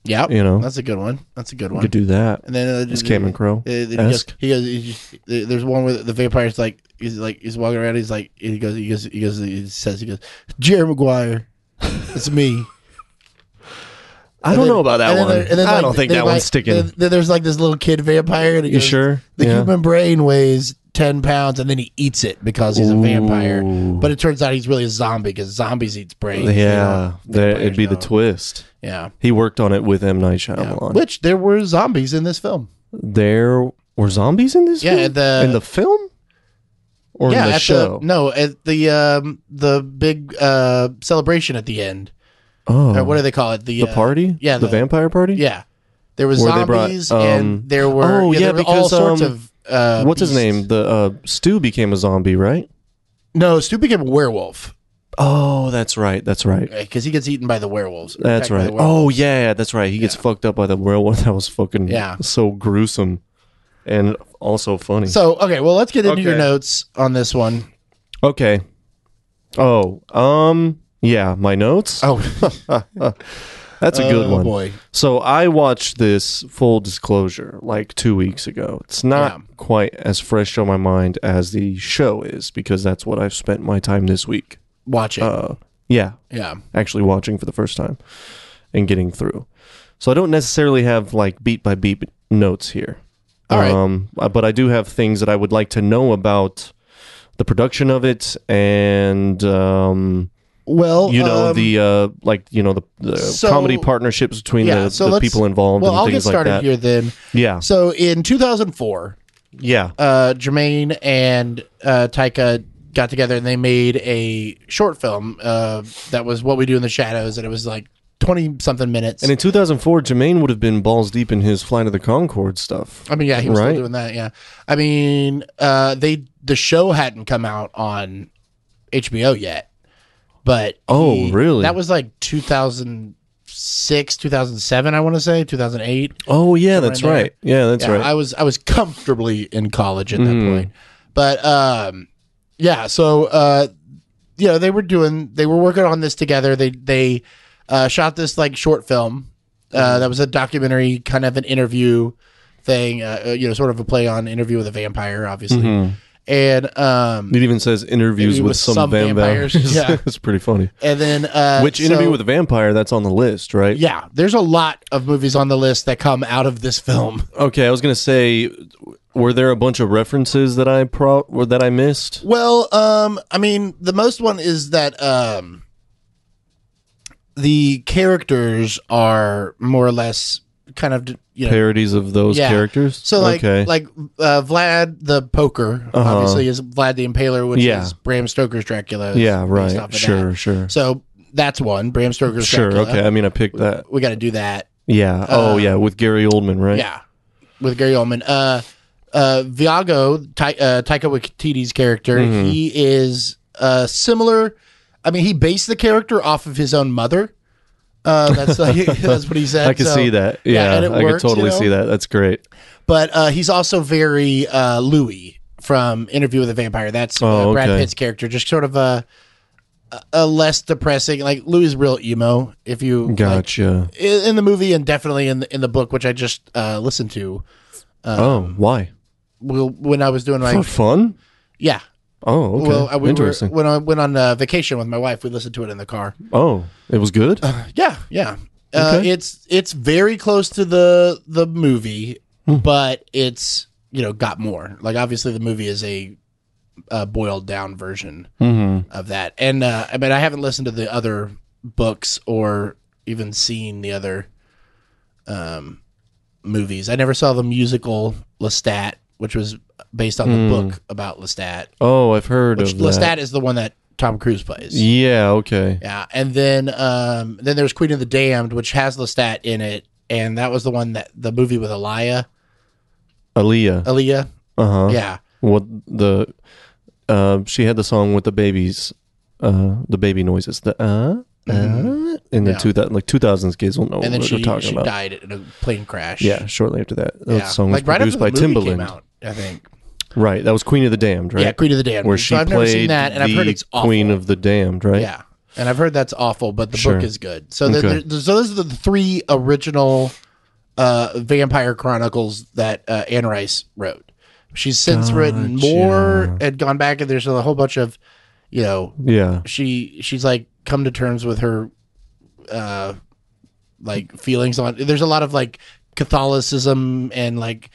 S2: Yeah,
S1: You know.
S2: that's a good one. That's a good
S1: You
S2: one.
S1: could do that.
S2: And then uh,
S1: It's Cameron Crowe.
S2: uh, then he goes,
S1: esque.
S2: he goes, he just- there- there's one where the vampire's like, he's like, he's walking around. He's like, he goes, he goes, he goes, he says, he goes, Jerry Maguire, it's me.
S1: I don't
S2: then-
S1: know about that
S2: and then
S1: one.
S2: there- and then,
S1: I
S2: like,
S1: don't think
S2: they
S1: that
S2: might-
S1: one's sticking.
S2: Then, then there's like this little kid vampire. And he
S1: you
S2: goes,
S1: sure?
S2: The
S1: yeah.
S2: human brain weighs 10 pounds and then he eats it because he's a vampire.
S1: Ooh.
S2: But it turns out he's really a zombie because zombies eats brains. you
S1: yeah,
S2: know?
S1: there, it'd be the
S2: vampires
S1: twist.
S2: Yeah.
S1: He worked on it with M Night
S2: yeah.
S1: Shyamalan.
S2: Which there were zombies in this film.
S1: There were zombies in this.
S2: Yeah,
S1: film?
S2: the-
S1: in the film or
S2: yeah,
S1: in the
S2: at
S1: show.
S2: the no, at the um the big uh celebration at the end.
S1: oh,
S2: Or what do they call it? The
S1: the
S2: uh,
S1: party?
S2: Yeah,
S1: the, vampire party.
S2: Yeah. There were
S1: Where they brought,
S2: zombies
S1: um,
S2: and there were
S1: oh,
S2: yeah,
S1: yeah,
S2: there were
S1: because,
S2: all sorts
S1: um,
S2: of uh
S1: What's his
S2: beasts.
S1: name? The uh, Stu became a zombie, right?
S2: No, Stu became a werewolf
S1: Oh, that's right. That's right.
S2: because he gets eaten by the werewolves.
S1: That's
S2: attacked by
S1: right.
S2: the werewolves.
S1: Oh yeah, that's right. He gets fucked up by the werewolf. That was fucking
S2: Yeah.
S1: so gruesome and also funny.
S2: So okay, well let's get into your
S1: Okay.
S2: notes on this one.
S1: okay. Oh, um yeah, my notes.
S2: Oh,
S1: That's a good
S2: Oh,
S1: one.
S2: boy.
S1: So I watched this full disclosure like two weeks ago. It's not
S2: Yeah.
S1: quite as fresh on my mind as the show is because that's what I've spent my time this week.
S2: Watch it.
S1: Uh, yeah,
S2: yeah.
S1: actually watching for the first time and getting through. So I don't necessarily have like beat by beat notes here.
S2: All right.
S1: Um, uh, but I do have things that I would like to know about the production of it and um,
S2: Well,
S1: you know
S2: um,
S1: the uh, like you know the, the
S2: so-
S1: comedy partnerships between
S2: yeah,
S1: the,
S2: so
S1: the
S2: let's-
S1: people involved
S2: Well,
S1: and
S2: I'll get
S1: things like
S2: started
S1: that.
S2: here then.
S1: Yeah,
S2: So in 2004,
S1: yeah,
S2: uh, Jermaine and uh, Taika got together and they made a short film uh, that was What We Do in the Shadows, and it was like 20 something minutes.
S1: and in 2004, Jermaine would have been balls deep in his Flight of the Concorde stuff.
S2: I mean, yeah, he was
S1: Right.
S2: still doing that. Yeah, I mean, uh, they the show hadn't come out on HBO yet, but
S1: Oh,
S2: he-
S1: really?
S2: That was like 2006, 2007, I want to say 2008.
S1: Oh yeah, that's
S2: there.
S1: right. Yeah, that's
S2: Yeah,
S1: right. Mm-hmm.
S2: I was I was comfortably in college at that point, but um, yeah. So uh, you know, they were doing they were working on this together. They they uh, shot this like short film uh,
S1: Mm-hmm.
S2: that was a documentary, kind of an interview thing. Uh, uh, you know, sort of a play on interview with a vampire, obviously,
S1: Mm-hmm.
S2: and um,
S1: it even says interviews
S2: Interview
S1: with,
S2: with
S1: some,
S2: some
S1: vampires.
S2: vampires. Yeah.
S1: it's pretty funny.
S2: and then uh,
S1: Which interview
S2: so-
S1: with a vampire? That's on the list, right?
S2: Yeah, there's a lot of movies on the list that come out of this film.
S1: Okay, I was gonna say, were there a bunch of references that I pro or that I missed?
S2: Well, um, I mean, the most one is that um, the characters are more or less kind of you know
S1: Parodies of those
S2: yeah.
S1: characters.
S2: So like
S1: okay, Uh-huh.
S2: like uh, Vlad the Poker obviously is Vlad the Impaler, which
S1: Yeah.
S2: is Bram Stoker's Dracula.
S1: yeah,
S2: based
S1: right,
S2: off of
S1: sure,
S2: that.
S1: sure,
S2: So that's one Bram Stoker's
S1: sure.
S2: Dracula.
S1: Okay, I mean, I picked that.
S2: we got to do that.
S1: Yeah. oh yeah, with Gary Oldman, right?
S2: Yeah, with Gary Oldman. Uh, uh, Viago, Ty- uh, Taika Waititi's character,
S1: Mm-hmm.
S2: he is uh, similar. I mean, he based the character off of his own mother. Uh, that's like, that's what he said.
S1: I could
S2: so-
S1: see that. Yeah,
S2: and it
S1: I could
S2: works, you
S1: totally
S2: know?
S1: see that. That's great.
S2: But uh, he's also very uh, Louis from Interview with a Vampire. That's uh,
S1: Oh,
S2: Brad
S1: okay.
S2: Pitt's character, just sort of a a less depressing. Like Louis is real emo. If you like,
S1: Gotcha.
S2: in in the movie and definitely in the, in the book, which I just uh, listened to uh,
S1: oh, why?
S2: will- when I was doing my
S1: For fun?
S2: yeah
S1: Oh, okay.
S2: Well, I- we
S1: Interesting.
S2: Were, when I went on uh, vacation with my wife, we listened to it in the car.
S1: oh, it was good.
S2: Yeah, yeah. Uh,
S1: Okay.
S2: It's it's very close to the the movie,
S1: Hmm.
S2: but it's you know got more. Like obviously, the movie is a uh, boiled down version
S1: Mm-hmm.
S2: of that. And uh, I mean, I haven't listened to the other books or even seen the other um, movies. I never saw the musical Lestat, which was based on
S1: Hmm.
S2: the book about Lestat.
S1: oh, I've heard
S2: Which
S1: of that.
S2: Lestat is the one that Tom Cruise plays.
S1: Yeah. Okay.
S2: Yeah, and then um, then there's Queen of the Damned, which has Lestat in it, and that was the one that the movie with Elia,
S1: Aaliyah.
S2: Elia,
S1: Uh huh.
S2: yeah,
S1: What the? Uh, she had the song with the babies, uh, the baby noises. The uh. Uh, in the
S2: Mm-hmm. Yeah.
S1: two thousand like two thousands kids will know
S2: and then
S1: what
S2: she,
S1: we're talking
S2: she
S1: about.
S2: died in a plane crash.
S1: Yeah, shortly after that, that
S2: yeah,
S1: song was
S2: right
S1: produced
S2: after
S1: by
S2: the movie
S1: Timbaland.
S2: Came out, I think.
S1: Right, that was Queen of the Damned, right?
S2: Yeah, Queen of the Damned.
S1: where
S2: So
S1: she
S2: I've
S1: played
S2: never seen that, and I've heard
S1: the
S2: it's awful.
S1: Queen of the Damned, right?
S2: yeah, and I've heard that's awful, but the
S1: Sure.
S2: book is good. So, the-
S1: Okay.
S2: the- so those are the three original uh, Vampire Chronicles that uh, Anne Rice wrote. She's since written more and gone back, and there's a whole bunch of, you know,
S1: Yeah.
S2: she she's like come to terms with her uh like feelings on there's a lot of like catholicism and like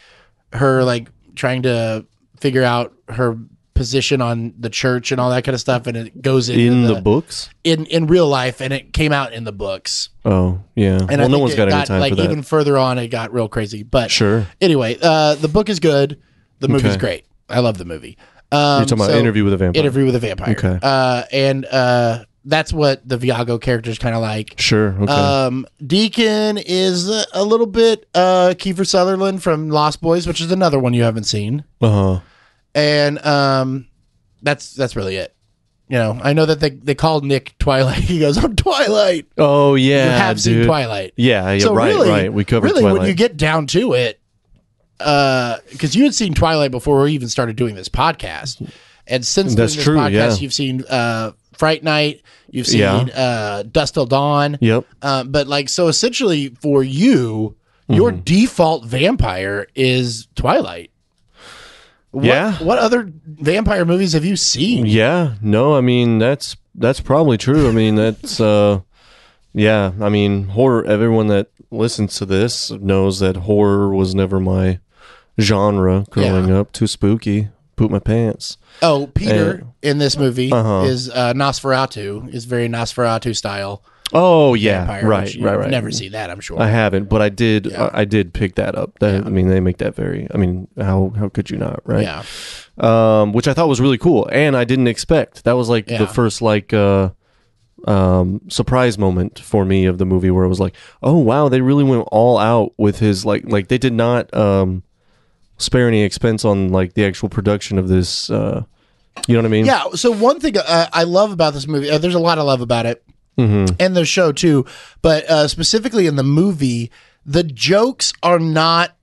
S2: her like trying to figure out her position on the church and all that kind of stuff and it goes into
S1: In the, books?
S2: in in real life and it came out in the books
S1: Oh, yeah.
S2: and
S1: well,
S2: I
S1: no
S2: think
S1: one's
S2: it
S1: got, any time
S2: like
S1: for that.
S2: even further on it got real crazy but
S1: Sure.
S2: anyway uh the book is good the movie's
S1: Okay.
S2: great i love the movie um
S1: You're talking about
S2: so-
S1: Interview with a Vampire.
S2: interview with a vampire.
S1: Okay.
S2: Uh, and uh, that's what the Viago character is kind of like.
S1: Sure. Okay.
S2: Um, Deacon is a, a little bit uh, Kiefer Sutherland from Lost Boys, which is another one you haven't seen.
S1: Uh-huh.
S2: And um, that's that's really it. You know, I know that they, they called Nick Twilight. He goes, I'm Twilight.
S1: Oh, yeah.
S2: you have seen
S1: dude.
S2: Twilight.
S1: Yeah, yeah, right, right. We covered
S2: really
S1: Twilight.
S2: when you get down to it, because you had seen Twilight before we even started doing this podcast, and since
S1: That's
S2: doing this
S1: true,
S2: podcast,
S1: yeah.
S2: you've seen uh, Fright Night. You've seen
S1: Yeah.
S2: uh, Dust Till Dawn.
S1: Yep.
S2: Uh, but like, so essentially for you, your
S1: Mm-hmm.
S2: default vampire is Twilight. What,
S1: Yeah.
S2: What other vampire movies have you seen?
S1: Yeah. No, I mean that's that's probably true. I mean that's uh yeah, I mean horror everyone that listens to this knows that horror was never my genre growing up. Too spooky. Poop my pants.
S2: Oh, Peter in this movie
S1: Uh, Uh-huh.
S2: is uh, Nosferatu. Is very Nosferatu style.
S1: Oh yeah.
S2: vampire,
S1: right,
S2: which you've
S1: right, right.
S2: Never see that, I'm sure.
S1: I haven't, but I did I, I did pick that up. That, I mean they make that very I mean, how how could you not, right?
S2: yeah.
S1: um, which I thought was really cool, and I didn't expect. That was like
S2: Yeah.
S1: the first like uh, um, surprise moment for me of the movie, where it was like, oh wow, they really went all out with his like like they did not um, spare any expense on like the actual production of this. Uh, you know what I mean?
S2: Yeah. So one thing uh, I love about this movie, uh, there's a lot I love about it,
S1: Mm-hmm.
S2: and the show too, but uh, specifically in the movie, the jokes are not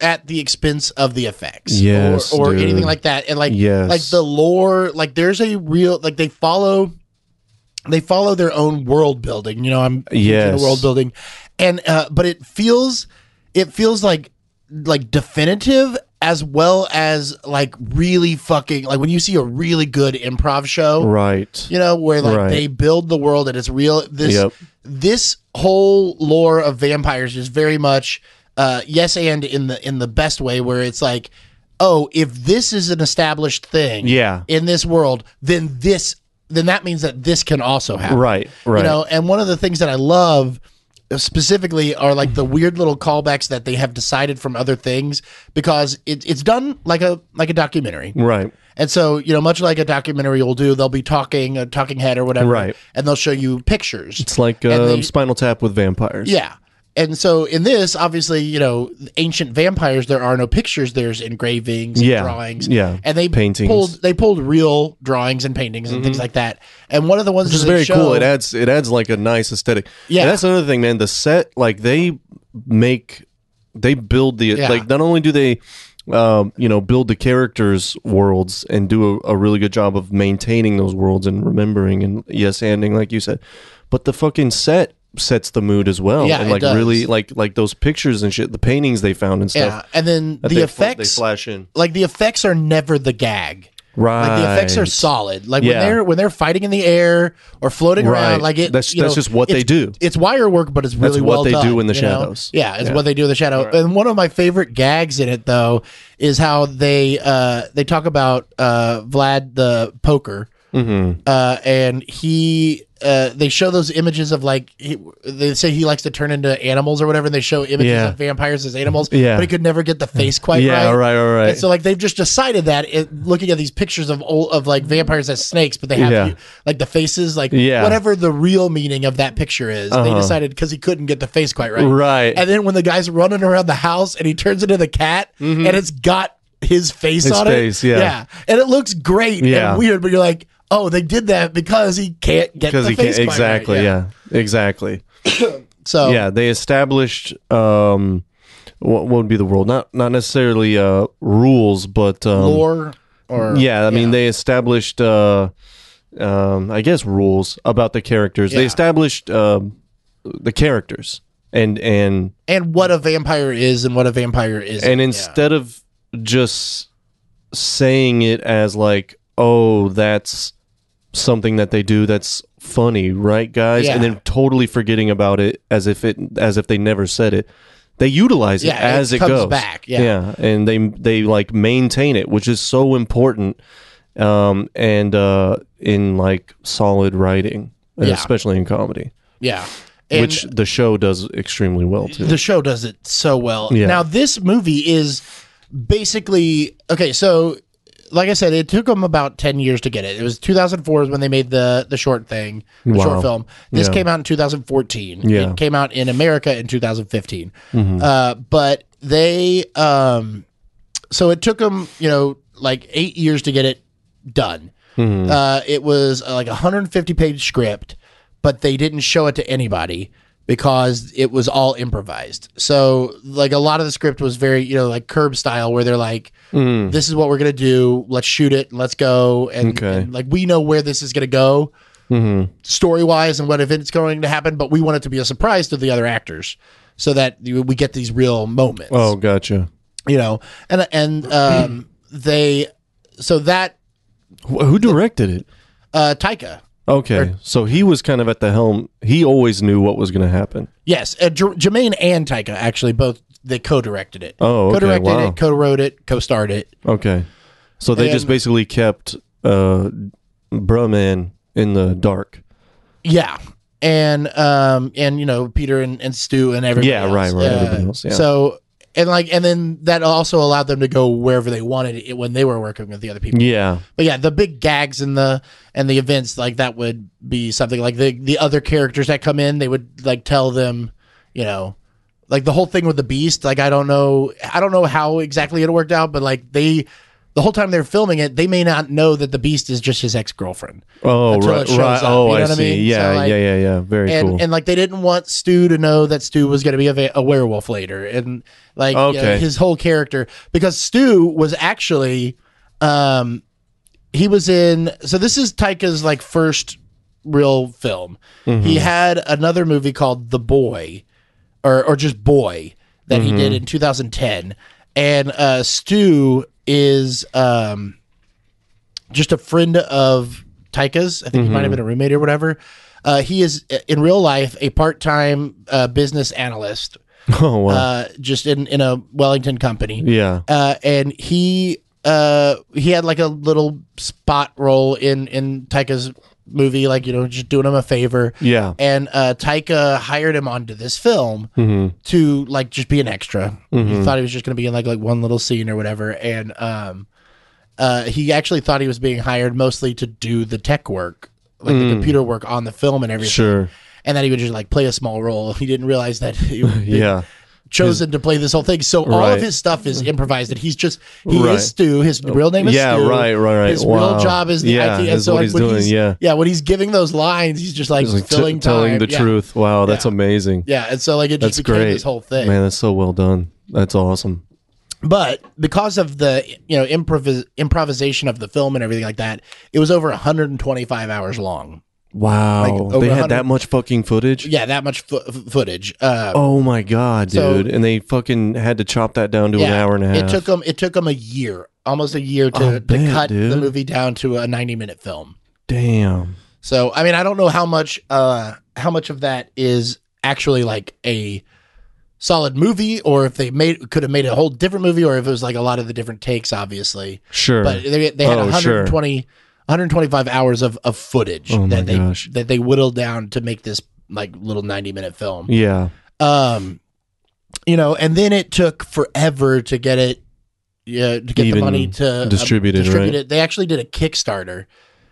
S2: at the expense of the effects,
S1: Yes,
S2: or, or
S1: dude.
S2: anything like that, and like
S1: Yes.
S2: like the lore, like there's a real like they follow. They follow their own world building, you know. I'm huge into
S1: Yes.
S2: world building, and uh, but it feels, it feels like like definitive as well as like really fucking like when you see a really good improv show
S1: Right.
S2: you know where like
S1: Right.
S2: they build the world and it's real this
S1: Yep.
S2: this whole lore of vampires is very much uh yes and in the in the best way where it's like oh if this is an established thing
S1: Yeah.
S2: in this world then this then that means that this can also happen
S1: Right. Right.
S2: you know, and one of the things that I love uh, specifically are like the weird little callbacks that they have decided from other things because it, it's done like a like a documentary.
S1: Right.
S2: And so, you know, much like a documentary will do, they'll be talking a talking head or whatever.
S1: Right.
S2: And they'll show you pictures.
S1: It's like
S2: And
S1: um,
S2: they-
S1: Spinal Tap with vampires.
S2: yeah. And so in this, obviously, you know, ancient vampires, there are no pictures. There's engravings, and
S1: Yeah,
S2: drawings,
S1: yeah,
S2: and they
S1: paintings. Mm-hmm.
S2: Pulled, they pulled real drawings and paintings and things like that. And one of the ones
S1: which is
S2: that they
S1: very cool.
S2: show-
S1: It adds it adds like a nice aesthetic.
S2: Yeah.
S1: and that's another thing, man. The set like they make they build the
S2: Yeah.
S1: like not only do they um, you know build the characters worlds and do a, a really good job of maintaining those worlds and remembering and yes anding like you said, but the fucking set sets the mood as well.
S2: Yeah,
S1: and
S2: it
S1: like
S2: does.
S1: really like like those pictures and shit, the paintings they found and
S2: yeah.
S1: stuff.
S2: And then
S1: that
S2: the
S1: they fl-
S2: effects
S1: they flash in
S2: like the effects are never the gag.
S1: right.
S2: Like the effects are solid. Like when
S1: Yeah.
S2: they're when they're fighting in the air or floating around,
S1: Right.
S2: like it.
S1: That's-
S2: you
S1: that's
S2: know,
S1: just what
S2: it's-
S1: they do.
S2: It's wire work, but it's really
S1: what
S2: well
S1: they
S2: done,
S1: do in the
S2: you know?
S1: shadows.
S2: Yeah, it's
S1: Yeah.
S2: what they do in the shadow. And one of my favorite gags in it though is how they uh, they talk about uh, Vlad the poker,
S1: Mm-hmm.
S2: uh, and he. Uh, they show those images of like he, they say he likes to turn into animals or whatever, and they show images
S1: Yeah.
S2: of vampires as animals.
S1: Yeah.
S2: but he could never get the face quite
S1: Yeah,
S2: right.
S1: right, right, right.
S2: And so like they've just decided that it, looking at these pictures of old, of like vampires as snakes, but they have
S1: Yeah.
S2: you- like the faces, like
S1: Yeah. Uh-huh.
S2: whatever the real meaning of that picture is. They decided because he couldn't get the face quite right.
S1: Right.
S2: And then when the guy's running around the house and he turns into the cat and it's got his face
S1: Mm-hmm. His
S2: on
S1: face,
S2: it.
S1: yeah.
S2: And it looks great
S1: Yeah.
S2: and weird, but you're like, oh, they did that because he can't get the
S1: because he
S2: face
S1: can't
S2: quite right.
S1: exactly. yeah, exactly.
S2: So
S1: yeah they established um what, what would be the world not not necessarily uh rules but um
S2: lore or
S1: yeah i mean they established uh um i guess rules about the characters they
S2: Yeah.
S1: established um the characters and and
S2: and what a vampire is and what a vampire is.
S1: and instead of just saying it as like oh that's something that they do that's funny right guys and
S2: Yeah.
S1: then totally forgetting about it as if it as if they never said it they utilize it
S2: Yeah, it
S1: as it,
S2: comes
S1: goes
S2: back, yeah.
S1: and they they like maintain it which is so important um and uh in like solid writing and
S2: Yeah.
S1: especially in comedy
S2: yeah. And-
S1: which the show does extremely well too
S2: The show does it so well.
S1: Yeah.
S2: Now this movie is basically okay. So, like I said, it took them about ten years to get it. It was 2004 is when they made the the short thing, the
S1: Wow.
S2: short film. This
S1: Yeah.
S2: came out in 2014.
S1: Yeah. Mm-hmm.
S2: It came out in America in 2015. Uh, but they, um, so it took them, you know, like eight years to get it done.
S1: Mm.
S2: Uh, it was uh, like a 150 page script, but they didn't show it to anybody because it was all improvised. So, like, a lot of the script was very, you know, like curb style, where they're like,
S1: Mm.
S2: This is what we're gonna do. Let's shoot it. and Let's go. And,
S1: Okay. Mm-hmm.
S2: and, like we know where this is gonna go, story wise, and what event's going to happen. But we want it to be a surprise to the other actors, so that you- we get these real moments
S1: Oh, gotcha.
S2: you know and and um they so that
S1: Wh- Who directed it?
S2: uh taika
S1: Okay, so he was kind of at the helm. He always knew what was going to happen.
S2: yes uh, J- jermaine and taika actually both they co-directed it
S1: Oh, okay,
S2: co-directed
S1: wow.
S2: it co-wrote it co-starred it
S1: Okay, so they just
S2: And-
S1: basically kept uh, Brahman in the dark.
S2: yeah and um and you know peter and, and stu and everybody
S1: Yeah,
S2: else.
S1: right, right, everybody else, yeah.
S2: so and like and then that also allowed them to go wherever they wanted it when they were working with the other people
S1: Yeah,
S2: But yeah, the big gags and the and the events like that would be something like the the other characters that come in, they would like tell them, you know, like the whole thing with the beast. Like I don't know, I don't know how exactly it worked out, but like they, the whole time they're filming it, they may not know that the beast is just his ex girlfriend.
S1: Oh,
S2: until
S1: right,
S2: it shows
S1: right.
S2: up,
S1: oh,
S2: you know
S1: I
S2: what I
S1: see.
S2: mean?
S1: Yeah,
S2: So, like-
S1: yeah, yeah, yeah. Very
S2: and
S1: cool.
S2: and like they didn't want Stu to know that Stu was going to be a, va- a werewolf later, and like you know,
S1: Okay.
S2: his whole character because Stu was actually, um, he was in. So this is Taika's like first real film. He had another movie called The Boy, or or just Boy that he did in 2010, and uh, Stu is um just a friend of Tyka's. I think he might have been a roommate or whatever. Uh, he is uh, in real life a part-time uh, business analyst,
S1: oh, wow.
S2: uh, just in in a Wellington company.
S1: yeah.
S2: Uh, and he uh, he had like a little spot role in in Tyka's movie, like you know, just doing him a favor.
S1: Yeah.
S2: And uh, Taika hired him onto this film
S1: Mm-hmm.
S2: to like just be an extra. He thought he was just going to be in like like one little scene or whatever, and um, uh, he actually thought he was being hired mostly to do the tech work, like the computer work on the film and everything,
S1: Mm. Sure.
S2: and that he would just like play a small role. He didn't realize that he would be
S1: Yeah.
S2: chosen to play this whole thing. So all
S1: Right.
S2: of his stuff is improvised. And he's just he
S1: Right. Oh.
S2: is Stu. His real name is
S1: Yeah,
S2: Stu.
S1: right, right, right.
S2: His
S1: Wow.
S2: real job is the
S1: Yeah,
S2: IT. And
S1: is what he's
S2: when
S1: doing,
S2: he's-
S1: yeah.
S2: yeah. When he's giving those lines, he's just like
S1: It's like t-
S2: filling time.
S1: telling the
S2: yeah.
S1: truth. Wow, that's
S2: Yeah.
S1: amazing.
S2: Yeah, and so like it just
S1: That's
S2: became
S1: great.
S2: this whole thing.
S1: Man, that's so well done. That's awesome.
S2: But because of the you know improvis- improvisation of the film and everything like that, it was over 125 hours long.
S1: Wow.
S2: over
S1: they had
S2: 100
S1: that much fucking footage.
S2: Yeah, that much fo- f- footage. Uh,
S1: Oh my god,
S2: So-
S1: dude! And they fucking had to chop that down to an
S2: yeah,
S1: hour and a half.
S2: It took them. It took them a year, almost a year to,
S1: I'll
S2: to
S1: bet,
S2: cut the
S1: dude.
S2: movie down to a 90 minute film.
S1: Damn.
S2: So I mean, I don't know how much uh how much of that is actually like a solid movie or if they made could have made a whole different movie or if it was like a lot of the different takes obviously.
S1: Sure.
S2: But they they had
S1: Oh,
S2: 120 125 hours of of footage
S1: Oh, my
S2: that they
S1: gosh.
S2: that they whittled down to make this like little 90 minute film.
S1: yeah.
S2: Um you know, and then it took forever to get it yeah, to get
S1: Even
S2: the money to um,
S1: distributed, right?
S2: it. They actually did a Kickstarter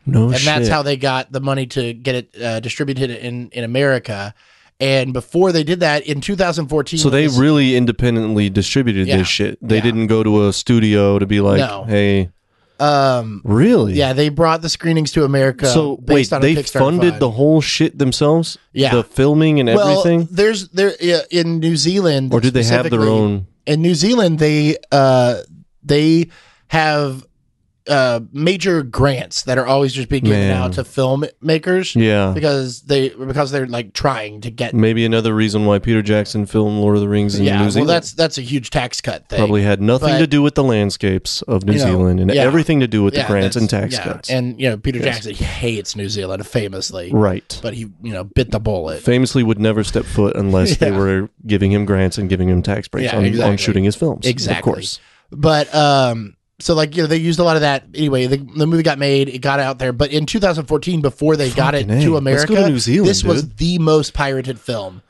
S1: No
S2: and
S1: Oh, shit.
S2: that's how they got the money to get it uh, distributed in in America. And before they did that in 2014,
S1: so they
S2: this-
S1: really independently distributed
S2: Yeah,
S1: this shit. They
S2: yeah.
S1: didn't go to a studio to be like,
S2: No.
S1: "Hey,
S2: um
S1: really?"
S2: yeah they brought the screenings to America.
S1: So
S2: based
S1: wait,
S2: on a
S1: they
S2: Kickstarter
S1: funded
S2: fund.
S1: the whole shit themselves?
S2: Yeah.
S1: The filming and
S2: well,
S1: everything?
S2: There's there yeah, in New Zealand,
S1: Or did they have their
S2: specifically-
S1: own
S2: In New Zealand, they uh they have uh major grants that are always just being given
S1: Man.
S2: out to filmmakers
S1: Yeah.
S2: because they because they're like trying to get
S1: Maybe another reason why Peter Jackson filmed Lord of the Rings in
S2: yeah
S1: New
S2: well
S1: Zealand.
S2: that's that's a huge tax cut thing
S1: probably had nothing
S2: but-
S1: to do with the landscapes of New
S2: You know,
S1: Zealand and
S2: yeah.
S1: everything to do with the
S2: Yeah,
S1: grants and
S2: that's-
S1: tax
S2: yeah.
S1: cuts.
S2: And you know, Peter Jackson hates New Zealand famously,
S1: right.
S2: but he you know bit the bullet.
S1: Famously would never step foot unless they were giving him grants and giving him tax breaks
S2: Yeah,
S1: on, on
S2: exactly.
S1: shooting his films.
S2: Exactly.
S1: Of course.
S2: But um, so like you know, they used a lot of that anyway. The, the movie got made, it got out there, but in 2014, before they got it
S1: Fucking A.
S2: to
S1: Let's
S2: America,
S1: go to New Zealand,
S2: this was
S1: dude.
S2: the most pirated film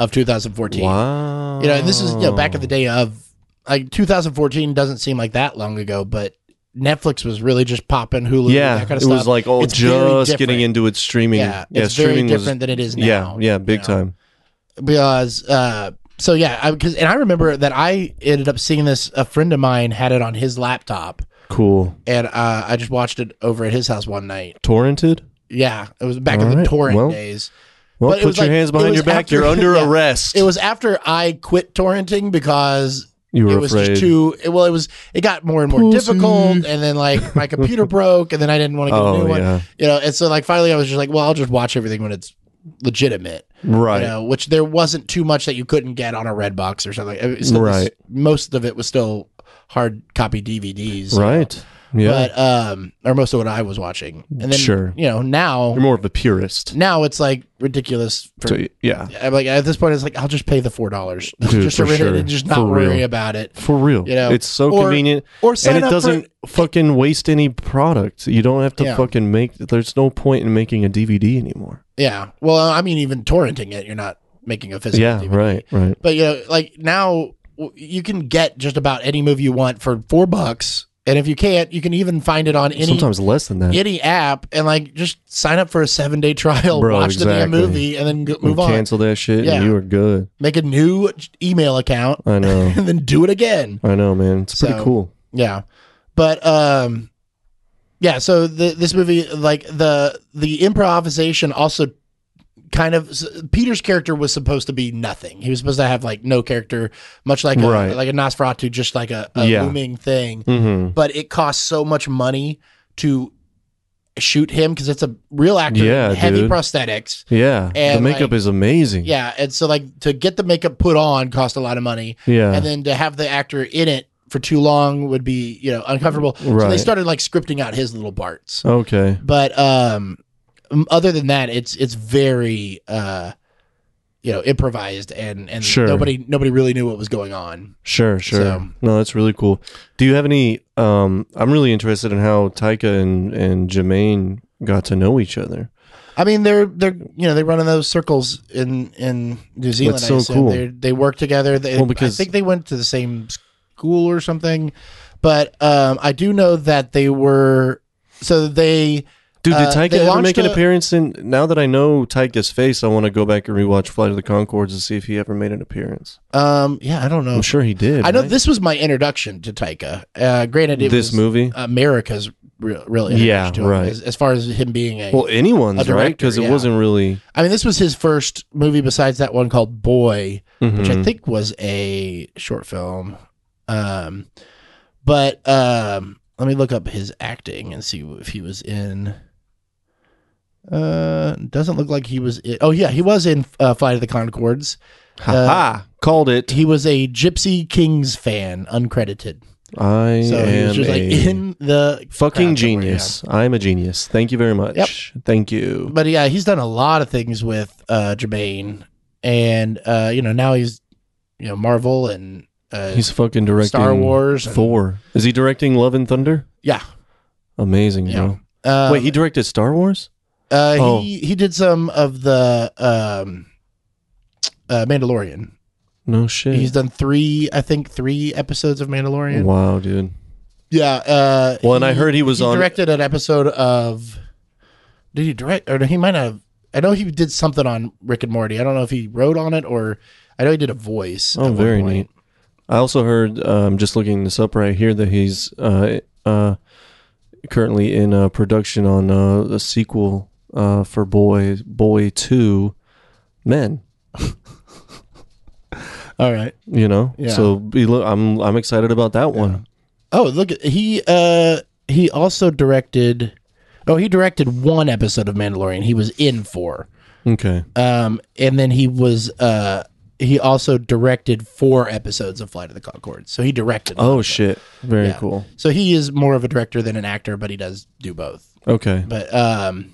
S2: of 2014.
S1: Wow.
S2: You know, and this is you know back in the day of like 2014 doesn't seem like that long ago, but. Netflix was really just popping Hulu.
S1: Yeah,
S2: that kind of
S1: it
S2: stuff.
S1: was like oh,
S2: It's very
S1: just
S2: different.
S1: getting into its streaming.
S2: Yeah, it's very
S1: streaming was-
S2: different than it is now.
S1: Yeah, yeah, big
S2: you know?
S1: time.
S2: because uh so yeah I, cause, and i remember that i ended up seeing this a friend of mine had it on his laptop
S1: Cool.
S2: and uh, i just watched it over at his house one night
S1: Torrented.
S2: yeah it was back in the
S1: Alright,
S2: torrent
S1: well,
S2: days
S1: Well,
S2: But it
S1: put
S2: was
S1: your
S2: like-
S1: hands
S2: it
S1: behind
S2: was
S1: your back.
S2: after-
S1: You're under
S2: yeah.
S1: arrest.
S2: it was after i quit torrenting because
S1: You were
S2: it was
S1: afraid.
S2: just too it, well it was it got more and more difficult and then like my computer broke and then i didn't want to get a
S1: Oh,
S2: new one
S1: yeah.
S2: you know and so like finally i was just like well i'll just watch everything when it's legitimate
S1: right.
S2: you know which there wasn't too much that you couldn't get on a red box or something it was still was-
S1: Right.
S2: most of it was still hard copy dvds you know.
S1: Right. Yeah.
S2: but um or most of what i was watching and then
S1: Sure.
S2: you know now
S1: You're more of a purist.
S2: now it's like ridiculous for
S1: So, yeah.
S2: I'm like at this point, it's like I'll just pay the four dollars
S1: Dude,
S2: just to
S1: for
S2: rent it
S1: sure.
S2: and just not
S1: For real.
S2: worry about it.
S1: For real.
S2: You know,
S1: it's so
S2: or-
S1: convenient.
S2: or sign
S1: and it
S2: up for-
S1: doesn't fucking waste any product. You don't have to
S2: Yeah.
S1: fucking make there's no point in making a DVD anymore.
S2: Yeah. Well, I mean, even torrenting it, you're not making a physical.
S1: yeah,
S2: DVD.
S1: right, right.
S2: But you know, like now w- you can get just about any movie you want for four bucks, and if you can't, you can even find it on any
S1: Sometimes less than that.
S2: any app, and like just sign up for a seven day trial,
S1: Bro,
S2: watch the damn
S1: exactly.
S2: movie, and then go,
S1: You
S2: move on.
S1: Cancel that shit
S2: Yeah.
S1: and you are good.
S2: Make a new email account,
S1: I know.
S2: and then do it again.
S1: I know, man. It's pretty
S2: So-
S1: cool.
S2: Yeah, but um, yeah. So the, this movie, like the the improvisation, also kind of s- Peter's character was supposed to be nothing. He was supposed to have like no character, much like a,
S1: Right.
S2: like a Nosferatu, just like a, a
S1: Yeah.
S2: looming thing.
S1: Mm-hmm.
S2: But it costs so much money to shoot him because it's a real actor,
S1: Yeah,
S2: heavy
S1: dude.
S2: prosthetics.
S1: Yeah.
S2: And,
S1: the makeup
S2: like-
S1: is amazing.
S2: Yeah, and so like to get the makeup put on cost a lot of money
S1: Yeah.
S2: and then to have the actor in it for too long would be you know uncomfortable so they
S1: Right.
S2: started like scripting out his little parts
S1: okay.
S2: but um m- other than that it's it's very uh you know improvised and and
S1: Sure.
S2: nobody nobody really knew what was going on
S1: Sure, sure.
S2: So-
S1: No, that's really cool. Do you have any um I'm really interested in how Taika and and Jermaine got to know each other.
S2: i mean they're they're you know they run in those circles in in new zealand
S1: That's
S2: I
S1: so
S2: assume.
S1: cool.
S2: they they work together they,
S1: Well, because-
S2: i think they went to the same school or something but um i do know that they were so they
S1: Dude, did
S2: Uh,
S1: Taika
S2: they
S1: ever
S2: launched
S1: make an
S2: a-
S1: appearance in? Now that I know Taika's face, I want to go back and rewatch Flight of the Concords and see if he ever made an appearance.
S2: um yeah i don't know
S1: I'm sure he did.
S2: I know
S1: right?
S2: this was my introduction to Taika. Uh, granted, it
S1: This
S2: was
S1: movie?
S2: America's real, real introduction
S1: Yeah,
S2: to him,
S1: right.
S2: As, as far as him being a, I
S1: Well, anyone's
S2: a
S1: right
S2: director,
S1: because it
S2: yeah.
S1: wasn't really.
S2: mean, this was his first movie besides that one called Boy, which I
S1: Mhm.
S2: think was a short film. Um, but um, let me look up his acting and see if he was in. Uh, doesn't look like he was. In, oh yeah, he was in uh, Flight of the Concords.
S1: Ha
S2: uh,
S1: ha! Called it.
S2: He was a Gypsy Kings fan, uncredited.
S1: I
S2: So he
S1: am
S2: was just like
S1: a
S2: in the
S1: fucking
S2: crowd somewhere,
S1: genius. I'm a genius. Thank you very much. Thank
S2: yeah.
S1: you.
S2: But yeah, he's done a lot of things with uh Jermaine and uh you know now he's you know Marvel and uh
S1: He's fucking directing
S2: Star Wars and-
S1: Thor. Is he directing Love and Thunder?
S2: yeah.
S1: Amazing,
S2: Yeah.
S1: bro.
S2: Um,
S1: Wait, he directed Star Wars?
S2: uh
S1: oh.
S2: he he did some of the um uh Mandalorian.
S1: No shit.
S2: He's done 3 I think 3 episodes of Mandalorian.
S1: wow, dude.
S2: Yeah, uh
S1: Well, and I heard he was on-
S2: directed an episode of Did he direct or he might not have I know he did something on Rick and Morty. I don't know if he wrote on it or I know he did a voice. at
S1: Oh,
S2: one
S1: very
S2: point.
S1: neat. I also heard. Um, just looking this up right here that he's uh, uh, currently in uh, production on uh, a sequel uh, for Boy Boy Two Men.
S2: All right.
S1: You know,
S2: Yeah.
S1: so be, lo- I'm I'm excited about that one.
S2: Oh, look he uh he also directed Oh, he directed one episode of Mandalorian. He was in four.
S1: Okay,
S2: Um and then he was uh he also directed four episodes of Flight of the Concord. So he directed
S1: Oh shit! Very
S2: Yeah.
S1: cool.
S2: So he is more of a director than an actor, but he does do both.
S1: Okay,
S2: But um,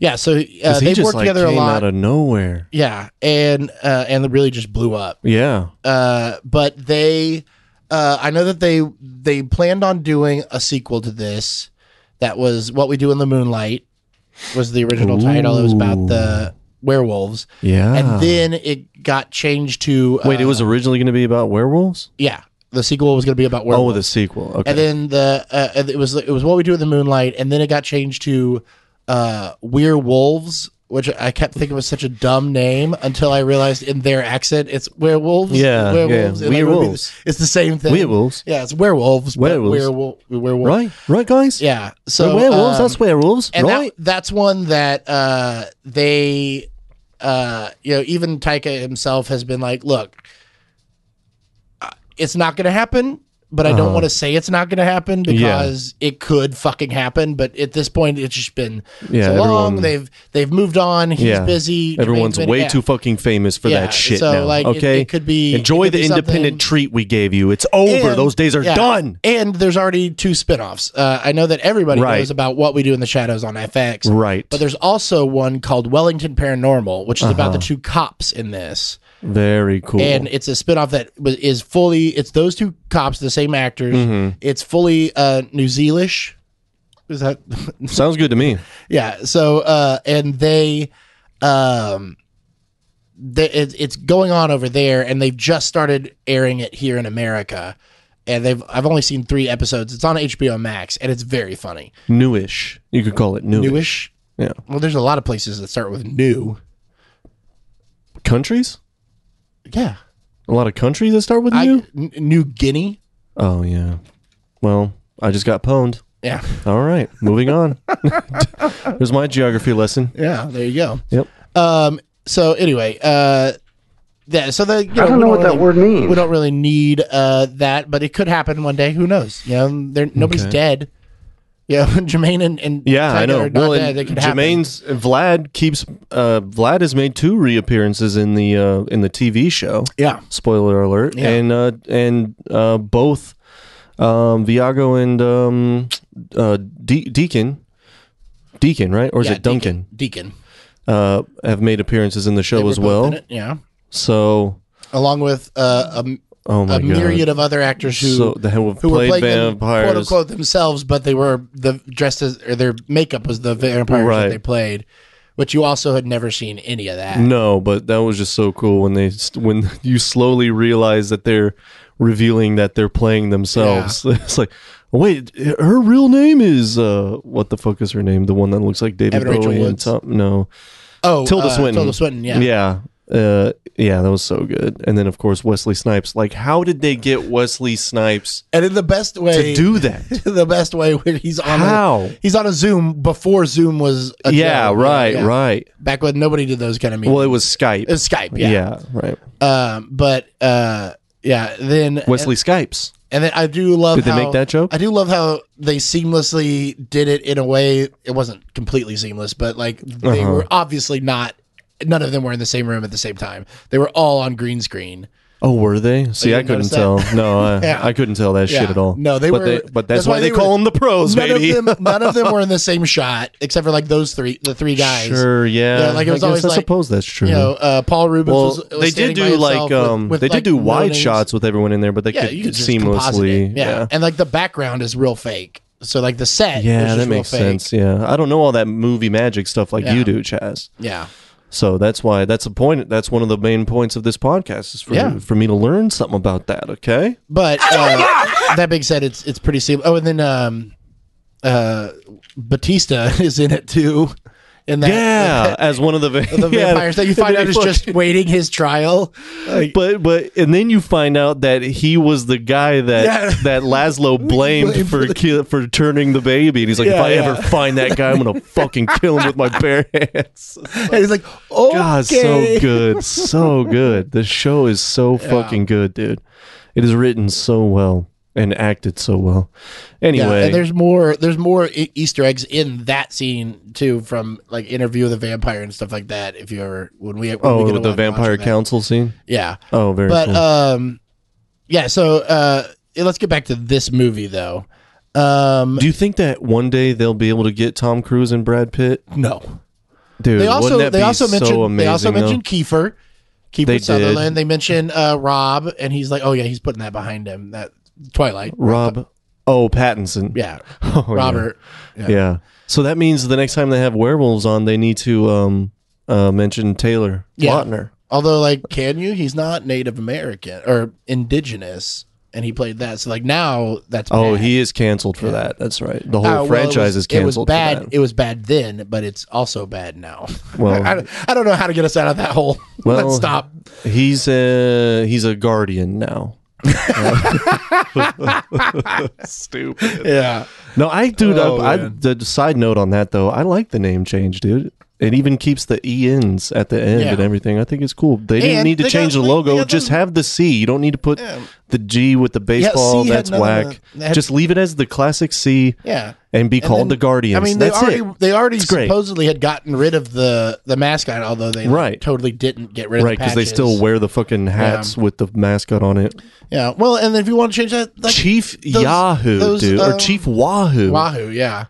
S2: yeah, so uh,
S1: 'Cause
S2: they worked together a
S1: came
S2: lot.
S1: out of nowhere.
S2: yeah, and uh, and really just blew up.
S1: Yeah,
S2: Uh, but they, uh, I know that they they planned on doing a sequel to this. That was what we do in the moonlight. Was the original title? It was about the werewolves,
S1: yeah.
S2: and then it got changed to
S1: Ah. wait, it
S2: uh,
S1: was originally going to be about werewolves.
S2: yeah. The sequel was going to be about
S1: Oh,
S2: werewolves.
S1: the sequel. Okay,
S2: And then the uh, and it was it was what we do in the moonlight, and then it got changed to uh, We're Wolves, which I kept thinking was such a dumb name until I realized in their accent it's werewolves.
S1: Yeah,
S2: werewolves.
S1: yeah.
S2: and, like, it would be
S1: Werewolves.
S2: the- it's the same thing.
S1: werewolves.
S2: Yeah, it's werewolves.
S1: Werewolves.
S2: Werewolf. Werewolf.
S1: Right, right, guys.
S2: Yeah. So
S1: werewolves.
S2: um,
S1: that's werewolves,
S2: and
S1: right?
S2: that, that's one that uh, they, uh, you know, even Taika himself has been like, look, uh, it's not going to happen, but I
S1: Uh-huh.
S2: don't want to say it's not going to happen because it could fucking happen. But at this point, it's just been
S1: Yeah,
S2: so long.
S1: everyone-
S2: they've they've moved on. He's
S1: yeah.
S2: busy. Jermaine's
S1: Everyone's
S2: been-
S1: way
S2: yeah.
S1: too fucking famous for
S2: Yeah,
S1: that shit
S2: so,
S1: now.
S2: like, it-
S1: okay,
S2: it could be- it
S1: enjoy
S2: could
S1: the
S2: be something-
S1: independent treat we gave you. It's over.
S2: And-
S1: Those days are
S2: yeah,
S1: done.
S2: And there's already two spinoffs. Uh, I know that everybody
S1: Right.
S2: knows about what we do in the shadows on FX.
S1: Right.
S2: But there's also one called Wellington Paranormal, which is about the two cops in this.
S1: Very Uh-huh. cool.
S2: And it's a spinoff that wa- is fully, it's those two cops, the same actors.
S1: Mm-hmm.
S2: It's fully uh, New Zealish. Is that?
S1: Sounds good to me.
S2: yeah. So, uh, and they, um, they, it, it's going on over there, and they've just started airing it here in America. And they've I've only seen three episodes. It's on HBO Max, and it's very funny.
S1: Newish. You could call it newish.
S2: Newish.
S1: Yeah.
S2: Well, there's a lot of places that start with new.
S1: Countries?
S2: Yeah.
S1: A lot of countries that start with
S2: I,
S1: new?
S2: N- new Guinea.
S1: Oh, yeah. Well, I just got pwned.
S2: Yeah.
S1: All right. Moving on. There's my geography lesson.
S2: Yeah. There you go.
S1: Yep.
S2: Um. So anyway, uh, that so the you know,
S4: I don't
S2: we
S4: know what that
S2: really-
S4: word means.
S2: We don't really need uh that, but it could happen one day. Who knows? You know, there nobody's
S1: Okay.
S2: dead. Yeah, Jermaine and, and
S1: Yeah, I
S2: Tyga
S1: know.
S2: Are not
S1: Well,
S2: dead.
S1: and
S2: They could
S1: Jermaine's Vlad keeps uh, Vlad has made two reappearances in the uh, in the TV show.
S2: happen.
S1: Spoiler alert.
S2: Yeah.
S1: And uh, and uh, both um, Viago and um, uh, De- Deacon, Deacon, right? Or is
S2: Yeah,
S1: it Duncan?
S2: Deacon, Deacon.
S1: Uh, have made appearances in the
S2: They
S1: show
S2: were
S1: as
S2: both in
S1: well.
S2: it, Yeah,
S1: So,
S2: along with uh, a,
S1: oh my
S2: a
S1: god,
S2: myriad of other actors who
S1: so the who have
S2: who
S1: played
S2: were playing them,
S1: vampires.
S2: quote unquote themselves, but they were the dressed as or their makeup was the vampires that
S1: Right. Mm.
S2: they played, which you also had never seen any of that.
S1: No, but that was just so cool when they st- when you slowly realize that they're revealing that they're playing themselves. it's like, wait, her real name is uh, what the fuck is her name? The one that looks like David
S2: Evan Rachel
S1: Bowie and
S2: Woods.
S1: Tom? No,
S2: Oh,
S1: Tilda
S2: uh,
S1: Swinton.
S2: Tilda Swinton. Yeah.
S1: yeah, uh, yeah. That was so good. And then of course Wesley Snipes. Like, how did they get Wesley Snipes
S2: And in the best
S1: to
S2: way
S1: do that?
S2: the best way when he's on
S1: How?
S2: A, he's on a Zoom before Zoom was a
S1: yeah,
S2: thing.
S1: right,
S2: Yeah.
S1: right.
S2: Back when nobody did those kind of meetings.
S1: Well, it was Skype.
S2: It was Skype,
S1: yeah.
S2: yeah.
S1: right.
S2: Um, but uh, yeah, then
S1: Wesley Skypes.
S2: and, and then I do love
S1: Did they
S2: how,
S1: make that joke?
S2: I do love how they seamlessly did it in a way. It wasn't completely seamless, but like they
S1: Uh-huh.
S2: were obviously not. None of them were in the same room at the same time. They were all on green screen.
S1: Oh, were they? See, I
S2: didn't notice
S1: couldn't
S2: that?
S1: tell. No, I,
S2: Yeah.
S1: I couldn't tell that shit
S2: Yeah.
S1: at all.
S2: No, they
S1: but
S2: were-
S1: but that's, why, they,
S2: were-
S1: call them the pros,
S2: None
S1: baby.
S2: of them, none of them were in the same shot, except for like those three, the three guys.
S1: Sure, yeah.
S2: Yeah, like, it was
S1: I guess-
S2: always
S1: I
S2: like,
S1: suppose that's true.
S2: You know, uh, Paul Rubens.
S1: well,
S2: was, was
S1: they did
S2: standing by
S1: do like
S2: himself
S1: um,
S2: with- with,
S1: they
S2: like,
S1: did do
S2: no
S1: wide
S2: names.
S1: shots with everyone in there, but they
S2: Yeah,
S1: could,
S2: you could just composite
S1: seamlessly.
S2: it. Yeah. and like the background is real fake. So like the set.
S1: Yeah,
S2: was just
S1: that
S2: real
S1: makes
S2: fake.
S1: sense. Yeah, I don't know all that movie magic stuff like
S2: Yeah.
S1: you do, Chaz.
S2: Yeah,
S1: So that's why that's the point. That's one of the main points of this podcast is for
S2: Yeah.
S1: for me to learn something about that. Okay.
S2: but
S1: Oh
S2: uh, that being said, it's it's pretty simple. Oh, and then um, uh, Batista is in it too. In that,
S1: Yeah, as one of the, va-
S2: The
S1: yeah,
S2: vampires that you
S1: and
S2: find
S1: then
S2: out
S1: he
S2: is
S1: fucking-
S2: just waiting his trial. Like,
S1: But but and then you find out that he was the guy that
S2: Yeah.
S1: that Laszlo blamed for ki- for turning the baby, and he's like,
S2: Yeah,
S1: if I
S2: yeah.
S1: ever find that guy, I'm gonna fucking kill him with my bare hands.
S2: and he's like, "Oh,
S1: God, so good, so good. This show is so fucking good, dude. It is written so well and acted so well.
S2: Yeah,
S1: Anyway,
S2: and there's more. There's more e- Easter eggs in that scene too, from like interview with the vampire and stuff like that. If you ever when we when we
S1: oh
S2: get
S1: the
S2: around to
S1: vampire
S2: watching that.
S1: council scene.
S2: yeah.
S1: Oh, very
S2: But
S1: cool.
S2: um, yeah. So uh, yeah, let's get back to this movie though. Um,
S1: Do you think that one day they'll be able to get Tom Cruise and Brad Pitt?
S2: no,
S1: Dude,
S2: they also
S1: wouldn't that
S2: they
S1: be
S2: also
S1: so
S2: mentioned
S1: amazing,
S2: they also
S1: though?
S2: mentioned Kiefer, Kiefer
S1: They did.
S2: Sutherland. They mention uh, Rob, and he's like, oh yeah, he's putting that behind him. That Twilight,
S1: Rob. Oh, Pattinson.
S2: yeah,
S1: Oh, yeah.
S2: Robert.
S1: Yeah. So that means the next time they have werewolves on, they need to um, uh, mention Taylor
S2: Yeah.
S1: Lautner.
S2: Although, like, can you? He's not Native American or indigenous, and he played that. So, like, now that's
S1: Oh,
S2: bad.
S1: he is canceled for that. That's right. The whole
S2: Uh, well, it
S1: franchise
S2: was-
S1: is canceled.
S2: It
S1: for
S2: was bad.
S1: that.
S2: It was bad then, but it's also bad now.
S1: Well-
S2: I, I don't know how to get us out of that hole.
S1: Well-
S2: Let's stop.
S1: He's a he's a guardian now.
S2: Yeah,
S1: No, I dude.
S2: Oh,
S1: I, I,
S2: man. Oh,
S1: the side note on that though, I like the name change, dude. it even keeps the ENs at the end
S2: Yeah.
S1: and everything. I think it's cool. They didn't
S2: And
S1: need to
S2: they
S1: change
S2: got-
S1: the
S2: they-
S1: logo.
S2: they got
S1: just
S2: the-
S1: have the C. You don't need to put
S2: Yeah.
S1: the G with the baseball.
S2: had
S1: That's
S2: none of
S1: whack.
S2: the- had-
S1: just leave it as the classic C
S2: Yeah.
S1: and be
S2: And
S1: called
S2: then-
S1: the Guardians.
S2: I mean, they
S1: That's
S2: already
S1: it.
S2: they already
S1: It's great.
S2: supposedly had gotten rid of the the mascot, although they like,
S1: Right.
S2: totally didn't get rid of
S1: Right,
S2: because
S1: because they still wear the fucking hats with the mascot on it.
S2: Yeah. Well, and if you want to change that, like
S1: Chief
S2: those-
S1: Yahoo,
S2: those,
S1: dude, or
S2: um,
S1: Chief Wahoo.
S2: Wahoo. Yeah.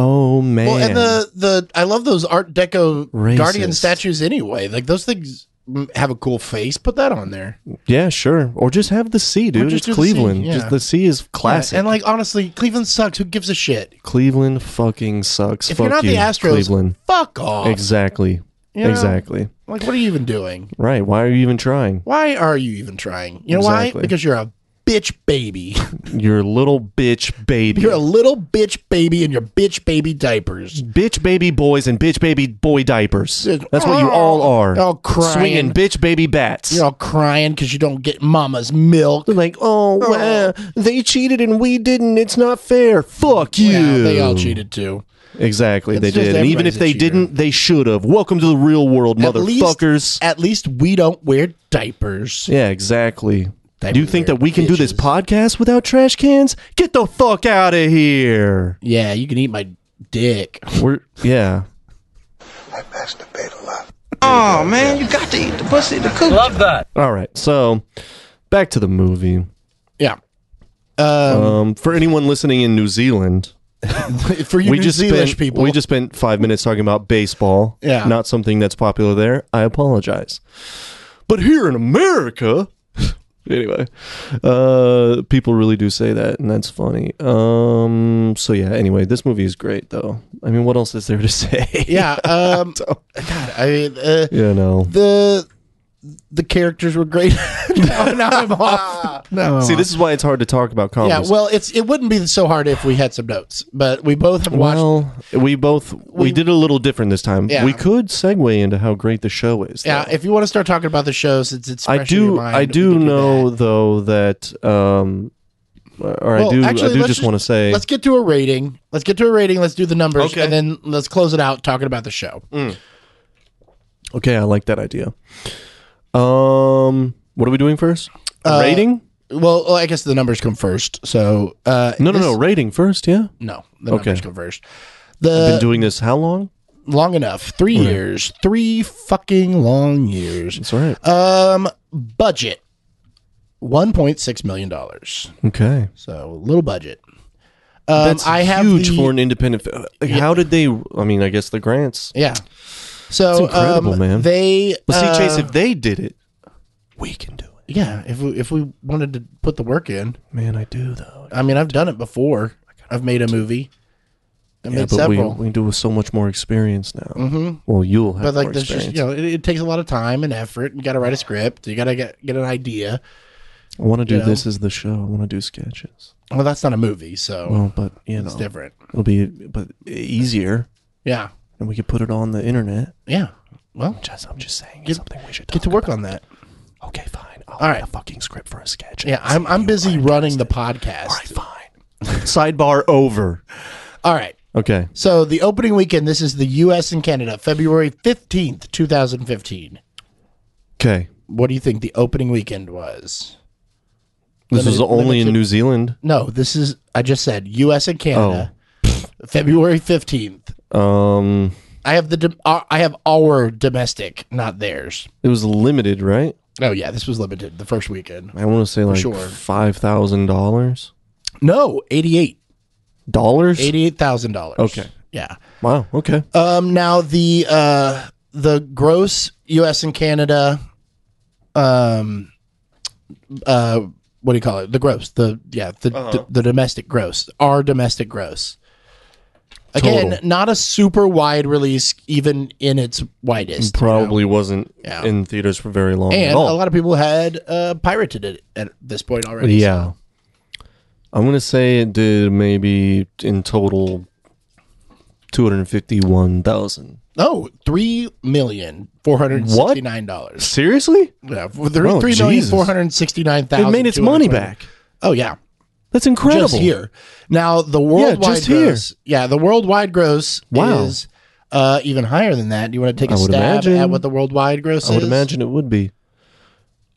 S1: Oh man,
S2: Well, and the the I love those Art Deco Guardian
S1: Racist.
S2: statues anyway. Like those things mm, have a cool face. Put that on there.
S1: yeah, sure, or just have the C, dude. It's
S2: just do the C,
S1: Cleveland.
S2: yeah.
S1: Just the C is classic.
S2: And like honestly, Cleveland sucks. Who gives a shit?
S1: Cleveland fucking sucks.
S2: If
S1: Fuck
S2: you're not
S1: you,
S2: the Astros,
S1: Cleveland.
S2: fuck off.
S1: Exactly.
S2: You know?
S1: Exactly.
S2: Like what are you even doing?
S1: Right. Why are you even trying?
S2: Why are you even trying? You know why?
S1: Exactly.
S2: Because you're a bitch baby.
S1: You're a little bitch baby.
S2: You're a little bitch baby in your bitch baby diapers.
S1: bitch baby boys and bitch baby boy diapers. That's what you all are.
S2: oh, All crying.
S1: Swinging bitch baby bats.
S2: You're all crying because you don't get mama's milk.
S1: They're like, oh, well, they cheated and we didn't. It's not fair. Fuck you.
S2: Yeah, they all cheated too.
S1: Exactly, they
S2: It's just
S1: did. And even
S2: everybody's
S1: if
S2: a
S1: they
S2: cheater.
S1: didn't, they should have. Welcome to the real world, motherfuckers.
S2: Least, at least we don't wear diapers.
S1: yeah, exactly.
S2: They
S1: do you think
S2: were
S1: that we can do this
S2: bitches.
S1: podcast without trash cans? Get the fuck out of here.
S2: Yeah, you can eat my dick.
S1: We're yeah.
S5: Oh man, you got to eat the pussy to cook.
S6: Love that.
S1: All right. So, back to the movie.
S2: Yeah. Um,
S1: Um, for anyone listening in New Zealand,
S2: for you
S1: we
S2: New
S1: just
S2: Zealand
S1: spent,
S2: people,
S1: we just spent five minutes talking about baseball.
S2: Yeah.
S1: not something that's popular there. I apologize, but here in America, anyway, uh, people really do say that, and that's funny. Um, so yeah. Anyway, this movie is great, though. I mean, what else is there to say?
S2: yeah. Um, God, I mean, uh,
S1: you know.
S2: the the characters were great. no, now I'm off. No,
S1: See, this is why it's hard to talk about
S2: Yeah,
S1: comedies.
S2: well, it's it wouldn't be so hard if we had some notes, but we both have watched.
S1: Well, we both we, did a little different this time.
S2: Yeah.
S1: We could segue into how great the show is.
S2: yeah,
S1: though.
S2: if you want to start talking about the show, since it's
S1: I
S2: fresh in your
S1: do.
S2: mind,
S1: I
S2: we
S1: do
S2: can
S1: know
S2: that.
S1: though that, um, or I
S2: Well,
S1: do.
S2: actually,
S1: I do
S2: let's
S1: just want to say
S2: Let's get to a rating. Let's get to a rating. Let's do the numbers,
S1: Okay. Mm.
S2: and then let's close it out talking about the show.
S1: Okay, I like that idea. Um, what are we doing first?
S2: Uh,
S1: rating?
S2: Well, well, I guess the numbers come first. So uh,
S1: No, no,
S2: this-
S1: no. Rating first. Yeah.
S2: no. The numbers
S1: Okay.
S2: come first.
S1: Been
S2: The
S1: doing this how long?
S2: long enough. Three years. Three fucking long years.
S1: That's all right.
S2: Um, budget. One point six million dollars.
S1: okay,
S2: So little budget. Um,
S1: that's
S2: I have
S1: huge
S2: the-
S1: for an independent. fi- Like, How did they? I mean, I guess the grants.
S2: Yeah. So
S1: That's incredible,
S2: um,
S1: man.
S2: They
S1: But see, Chase,
S2: uh,
S1: if they did it, we can do it.
S2: yeah, if we, if we wanted to put the work in,
S1: Man, I do though.
S2: I mean, I've done it before. I've made a movie. I
S1: Yeah,
S2: made
S1: but we,
S2: several.
S1: we do with so much more experience now. Mm-hmm. Well, you'll have
S2: but like
S1: more
S2: there's just
S1: experience.
S2: you know it, it takes a lot of time and effort you gotta write a script you gotta get, get an idea
S1: I want to do
S2: you know.
S1: this as the show. I want to do sketches.
S2: well that's not a movie so
S1: Well, but you know,
S2: it's different
S1: it'll be but easier,
S2: yeah
S1: and we could put it on the internet.
S2: yeah well
S1: Just, I'm just saying,
S2: Get-
S1: it's something we should
S2: get
S1: talk
S2: to work on that
S1: about. Okay, fine. I'll
S2: All
S1: write
S2: right.
S1: a fucking script for a sketch.
S2: yeah i'm, I'm busy running the podcast
S1: All right, fine. Sidebar over.
S2: all right
S1: Okay.
S2: so the opening weekend this is the us and canada february 15th 2015
S1: Okay.
S2: what do you think the opening weekend was
S1: This was
S2: Limited-
S1: only in
S2: limited-
S1: New Zealand.
S2: no this is i just said us and canada
S1: Oh.
S2: february 15th
S1: Um,
S2: i have the dom- uh, i have our domestic not theirs
S1: it was limited, right?
S2: Oh yeah, this was limited the first weekend.
S1: I want to say like
S2: sure.
S1: five thousand dollars.
S2: No, eighty-eight,
S1: Dollars.
S2: eighty-eight thousand dollars.
S1: Okay.
S2: Yeah.
S1: Wow. Okay.
S2: Um. Now the uh the gross U.S. and Canada, um, uh, what do you call it? The gross. The yeah. The
S1: Uh-huh.
S2: the, the domestic gross. Our domestic gross. Again,
S1: Total.
S2: not a super wide release, even in its widest. you know?
S1: Probably wasn't
S2: Yeah.
S1: in theaters for very long
S2: And
S1: at all.
S2: a lot of people had uh, pirated it at this point already. so-
S1: Yeah. I'm going to say it did maybe in total 251,000.
S2: Oh, three million four hundred sixty-nine dollars.
S1: Seriously?
S2: Yeah, for three
S1: Oh,
S2: three million
S1: Jesus.
S2: four hundred sixty-nine thousand.
S1: It made its money back.
S2: Oh yeah,
S1: That's incredible.
S2: just here. Now the worldwide
S1: just here.
S2: gross. Yeah, the worldwide gross
S1: Wow.
S2: is uh, even higher than that. Do you want to take a
S1: I would
S2: stab
S1: imagine-
S2: at what the worldwide gross
S1: I would
S2: is?
S1: imagine it would be.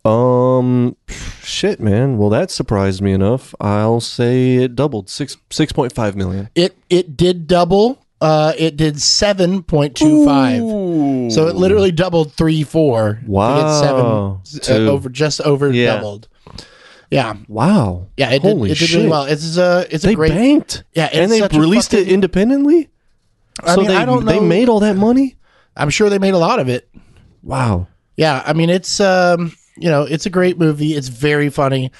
S1: Um, shit, man. Well, that surprised me enough. I'll say it doubled six six point five million.
S2: It it did double. Uh, it did seven point two five. So it literally doubled three four. to get
S1: Wow.
S2: seven
S1: To-
S2: uh, over just over
S1: Yeah.
S2: doubled. Yeah,
S1: Wow.
S2: yeah. It
S1: Holy
S2: did, it did
S1: shit.
S2: really well. It's a it's
S1: They
S2: a great.
S1: banked.
S2: Yeah, it's
S1: and they
S2: such a
S1: released it
S2: fucking-
S1: independently.
S2: I
S1: so
S2: mean,
S1: they
S2: I don't know.
S1: they made all that money.
S2: I'm sure they made a lot of it.
S1: Wow.
S2: Yeah, I mean it's um, you know, it's a great movie. It's very funny.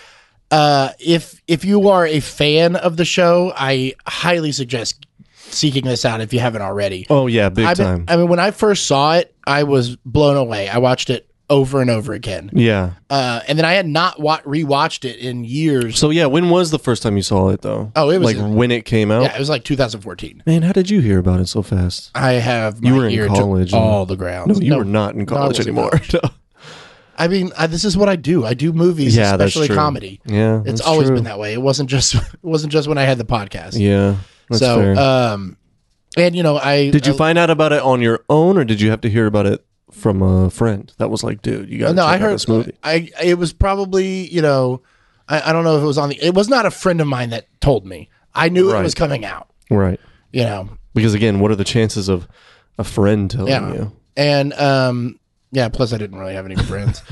S2: Uh if if you are a fan of the show, I highly suggest seeking this out if you haven't already.
S1: Oh yeah, big
S2: I,
S1: time.
S2: mean, I mean when I first saw it, I was blown away. I watched it over and over again.
S1: yeah.
S2: Uh and then I had not wa- rewatched it in years.
S1: So yeah, when was the first time you saw it though?
S2: Oh, it was
S1: like
S2: in-
S1: when it came out.
S2: yeah, it was like 2014.
S1: Man, how did you hear about it so fast?
S2: I have my
S1: You were in
S2: ear to
S1: college and-
S2: all the grounds.
S1: No, you were not in
S2: I
S1: college
S2: wasn't.
S1: anymore. No.
S2: I mean, I, this is what I do. I do movies,
S1: Yeah, that's
S2: especially
S1: true.
S2: comedy.
S1: Yeah,
S2: it's
S1: that's
S2: always
S1: true.
S2: been that way. It wasn't just it wasn't just when I had the podcast.
S1: Yeah, that's
S2: so, uh,
S1: fair.
S2: um, and you know, I
S1: did you
S2: I-
S1: find out about it on your own, or did you have to hear about it from a friend that was like, "Dude, you got to
S2: no,
S1: check
S2: I
S1: out
S2: heard
S1: this movie"?
S2: I it was probably you know, I, I don't know if it was on the. It was not a friend of mine that told me. I knew it
S1: Right.
S2: was coming out.
S1: Right.
S2: You know,
S1: Because again, what are the chances of a friend telling
S2: yeah,
S1: you?
S2: and um, yeah. Plus, I didn't really have any friends.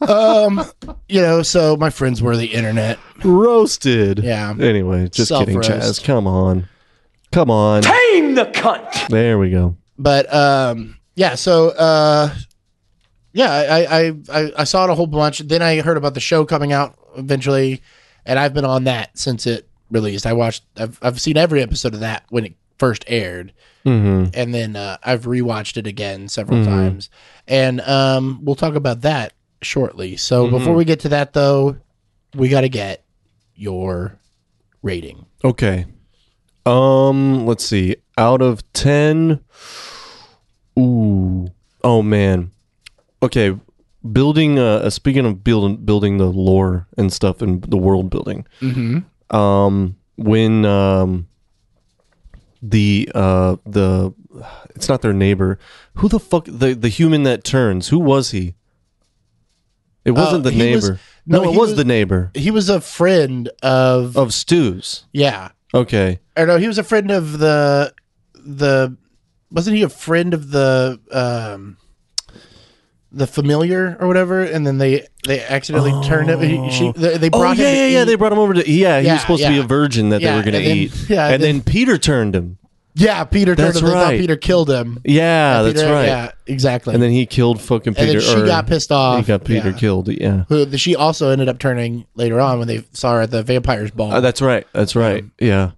S2: um, you know, so my friends were the internet.
S1: Roasted.
S2: Yeah.
S1: Anyway, just kidding,
S2: Self-roast.
S1: Chaz. Come on. Come on.
S6: Aim the cunt.
S1: There we go.
S2: but um yeah so uh yeah I, I i i saw it a whole bunch then i heard about the show coming out eventually and i've been on that since it released i watched i've, I've seen every episode of that when it first aired
S1: Mm-hmm.
S2: and then uh, i've rewatched it again several times and um we'll talk about that shortly so before we get to that though we got to get your rating
S1: Okay. Um, let's see. Out of 10. Ooh. Oh man. Okay, building uh uh, speaking of building building the lore and stuff and the world building.
S2: Mm-hmm.
S1: Um when um the uh the it's not their neighbor. Who the fuck the the human that turns? Who was he? It wasn't the
S2: Uh, he was-
S1: neighbor.
S2: no,
S1: no, it
S2: he
S1: was,
S2: was-
S1: the neighbor
S2: he was a friend of
S1: of Stu's.
S2: yeah
S1: Okay.
S2: or no, he was a friend of the the wasn't he a friend of the um the familiar or whatever and then they they accidentally turned him he, she, they, they
S1: Oh
S2: brought
S1: yeah,
S2: him to
S1: yeah, yeah.
S2: eat-
S1: They brought him over to. Yeah, he
S2: Yeah,
S1: was supposed to be
S2: yeah.
S1: a virgin that
S2: Yeah,
S1: they were going
S2: and
S1: to
S2: then-
S1: eat.
S2: yeah,
S1: and
S2: then-
S1: then, Peter turned him.
S2: yeah peter turned
S1: That's
S2: him. They thought
S1: right.
S2: peter killed him
S1: Yeah, that's
S2: Peter-
S1: right.
S2: yeah exactly
S1: And then he killed fucking
S2: And
S1: Peter.
S2: then she
S1: or
S2: got pissed
S1: He
S2: off
S1: got Peter
S2: yeah.
S1: killed. Yeah,
S2: who she also ended up turning later on when they saw her at the vampire's ball
S1: Uh, that's right. That's right. Yeah.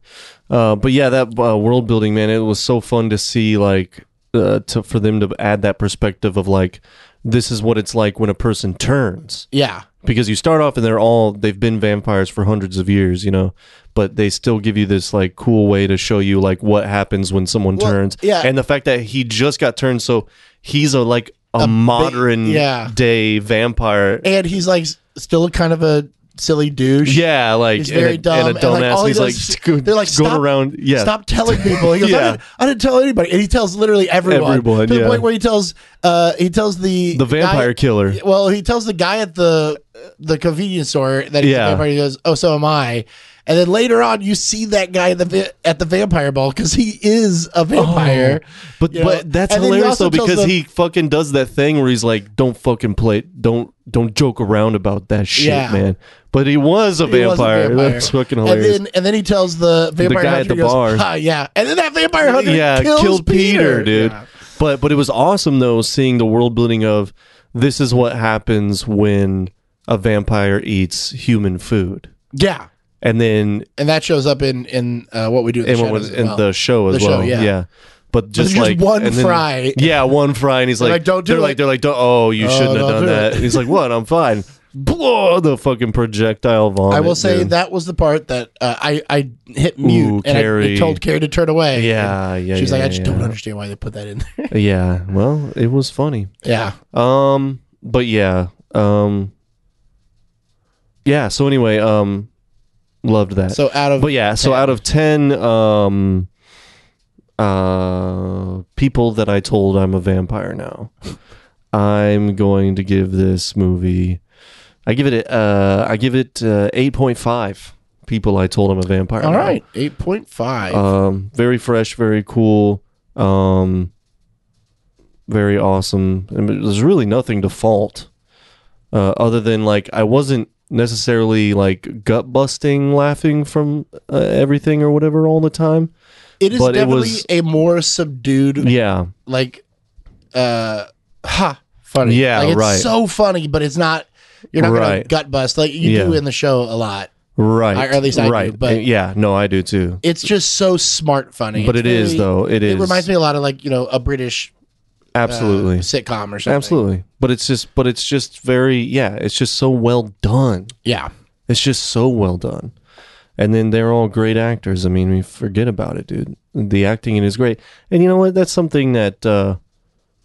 S1: Uh, but yeah, that uh, world building, man, it was so fun to see. Like, uh, to for them to add that perspective of like, this is what it's like when a person turns.
S2: yeah
S1: because you start off and they're all they've been vampires for hundreds of years, you know, but they still give you this like cool way to show you like what happens when someone turns.
S2: yeah.
S1: And the fact that he just got turned so he's a like a, modern
S2: yeah.
S1: day vampire.
S2: and he's like s- still kind of a silly douche
S1: yeah, like
S2: He's
S1: and
S2: very
S1: a,
S2: dumb.
S1: and a dumbass.
S2: all he
S1: he's like,
S2: does-
S1: sco-
S2: they're like,
S1: going
S2: stop-
S1: around. Yeah,
S2: Stop telling people. He goes, I,
S1: Yeah.
S2: didn't, I didn't tell anybody. And he tells literally everyone.
S1: Everyone,
S2: To the
S1: yeah.
S2: point where he tells uh he tells the
S1: the
S2: guy-
S1: vampire killer.
S2: Well, he tells the guy at the the convenience store that he's
S1: Yeah.
S2: a vampire. He goes, "Oh, so am I." And then later on, you see that guy at the va- at the vampire ball because he is
S1: Oh,
S2: a vampire.
S1: But
S2: You know,
S1: but that's
S2: and then he
S1: hilarious
S2: also
S1: though
S2: tells
S1: because
S2: them-
S1: he fucking does that thing where he's like, "Don't fucking play, don't don't joke around about that shit,
S2: Yeah.
S1: man." But he was a
S2: He was a
S1: vampire.
S2: vampire.
S1: That's fucking hilarious.
S2: And then, and then he tells the vampire
S1: guy at
S2: hunter,
S1: the
S2: he goes,
S1: bar.
S2: "Ah, yeah. And then that vampire hunter
S1: yeah,
S2: kills
S1: killed Peter,
S2: Peter,
S1: dude.
S2: Yeah.
S1: But but it was awesome though seeing the world building of this is what happens when a vampire eats human food,
S2: Yeah.
S1: and then
S2: and that shows up in in uh, what we do. In the
S1: and
S2: show
S1: what was
S2: as
S1: in
S2: well.
S1: the show as
S2: The show,
S1: well.
S2: yeah.
S1: yeah. But just
S2: just
S1: like
S2: one
S1: and then-
S2: fry.
S1: yeah, one fry, and he's like,
S2: like, "Don't do
S1: they're
S2: it."
S1: Like, they're like, "Don't- "Oh, you shouldn't
S2: don't
S1: have done
S2: do
S1: that."
S2: it.
S1: And he's like, "What? I'm fine." Blow the fucking projectile vomit.
S2: I will say
S1: dude.
S2: that was the part that uh, I I hit mute
S1: Ooh,
S2: and I- I,
S1: Carrie.
S2: told Carrie to turn away.
S1: Yeah, yeah.
S2: she's
S1: yeah,
S2: like, I just
S1: yeah.
S2: don't understand why they put that in there.
S1: Yeah. Well, it was funny.
S2: yeah,
S1: Um, but yeah. Um, yeah. So anyway, um, loved that.
S2: so out of
S1: but yeah. So out of ten, um, uh, people that I told I'm a vampire now. I'm going to give this movie. I give it. Uh, I give it uh, eight point five. People I told I'm a vampire.
S2: All
S1: now.
S2: right, eight point five.
S1: Um, very fresh, very cool. Um, very awesome. I mean, there's really nothing to fault, uh, other than like I wasn't necessarily like gut busting, laughing from uh, everything or whatever all the time.
S2: it is
S1: but it
S2: definitely
S1: was-
S2: a more subdued,
S1: Yeah,
S2: like, uh, ha, funny.
S1: Yeah,
S2: like, it's
S1: right.
S2: So funny, but it's not. You're not gonna
S1: Right.
S2: gut bust like you do
S1: Yeah.
S2: in the show a lot.
S1: right.
S2: I- or at least I do,
S1: right.
S2: but-
S1: yeah, no, I do too.
S2: It's just so smart funny.
S1: But
S2: it's
S1: it is
S2: very-
S1: though. It
S2: It
S1: is.
S2: reminds me a lot of like you know a British uh,
S1: absolutely,
S2: sitcom or something.
S1: absolutely. But it's just, but it's just very, yeah. It's just so well done.
S2: Yeah.
S1: It's just so well done. And then they're all great actors. I mean, we forget about it, dude. The acting in it is great. And you know what? That's something that uh,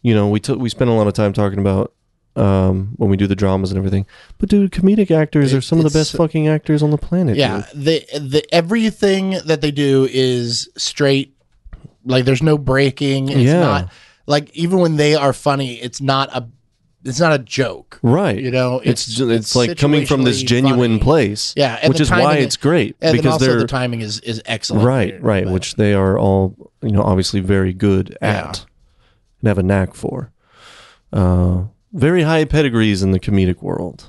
S1: you know we took we spend a lot of time talking about um, when we do the dramas and everything. But dude, comedic actors are some of the
S2: it's-
S1: best fucking actors on the planet.
S2: Yeah,
S1: dude.
S2: the the everything that they do is straight. Like there's no breaking. It's
S1: Yeah.
S2: not like even when they are funny, it's not a it's not a joke.
S1: right.
S2: You know,
S1: it's
S2: it's-
S1: ju- it's,
S2: it's
S1: like coming from this
S2: situationally
S1: genuine
S2: funny.
S1: place.
S2: Yeah, and
S1: which
S2: the
S1: is why
S2: timing-
S1: it's great
S2: And then
S1: because
S2: also
S1: they're
S2: the timing is is excellent.
S1: right,
S2: here,
S1: right,
S2: but-
S1: which they are all you know obviously very good at and have a knack for. Uh, very high pedigrees in the comedic world,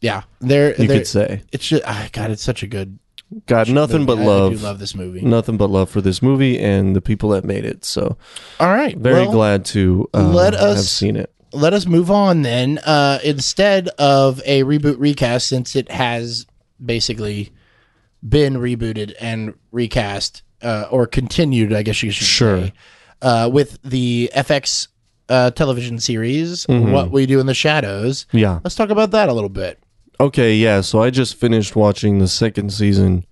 S2: yeah, they're
S1: you
S2: they're
S1: could say.
S2: it's just ah, God, it's such a good
S1: Got nothing but
S2: movie. I- I
S1: love,
S2: do love this movie.
S1: nothing but love for this movie and the people that made it. So
S2: All right,
S1: very
S2: well,
S1: glad to uh,
S2: let
S1: have
S2: us-
S1: seen it.
S2: let us move on then. Uh, instead of a reboot recast, since it has basically been rebooted and recast uh, or continued, I guess you should
S1: Sure.
S2: say, uh, with the FX uh, television series "What We Do in the Shadows."
S1: Mm-hmm. Yeah.
S2: Let's talk about that a little bit.
S1: Okay, yeah. So I just finished watching the second season,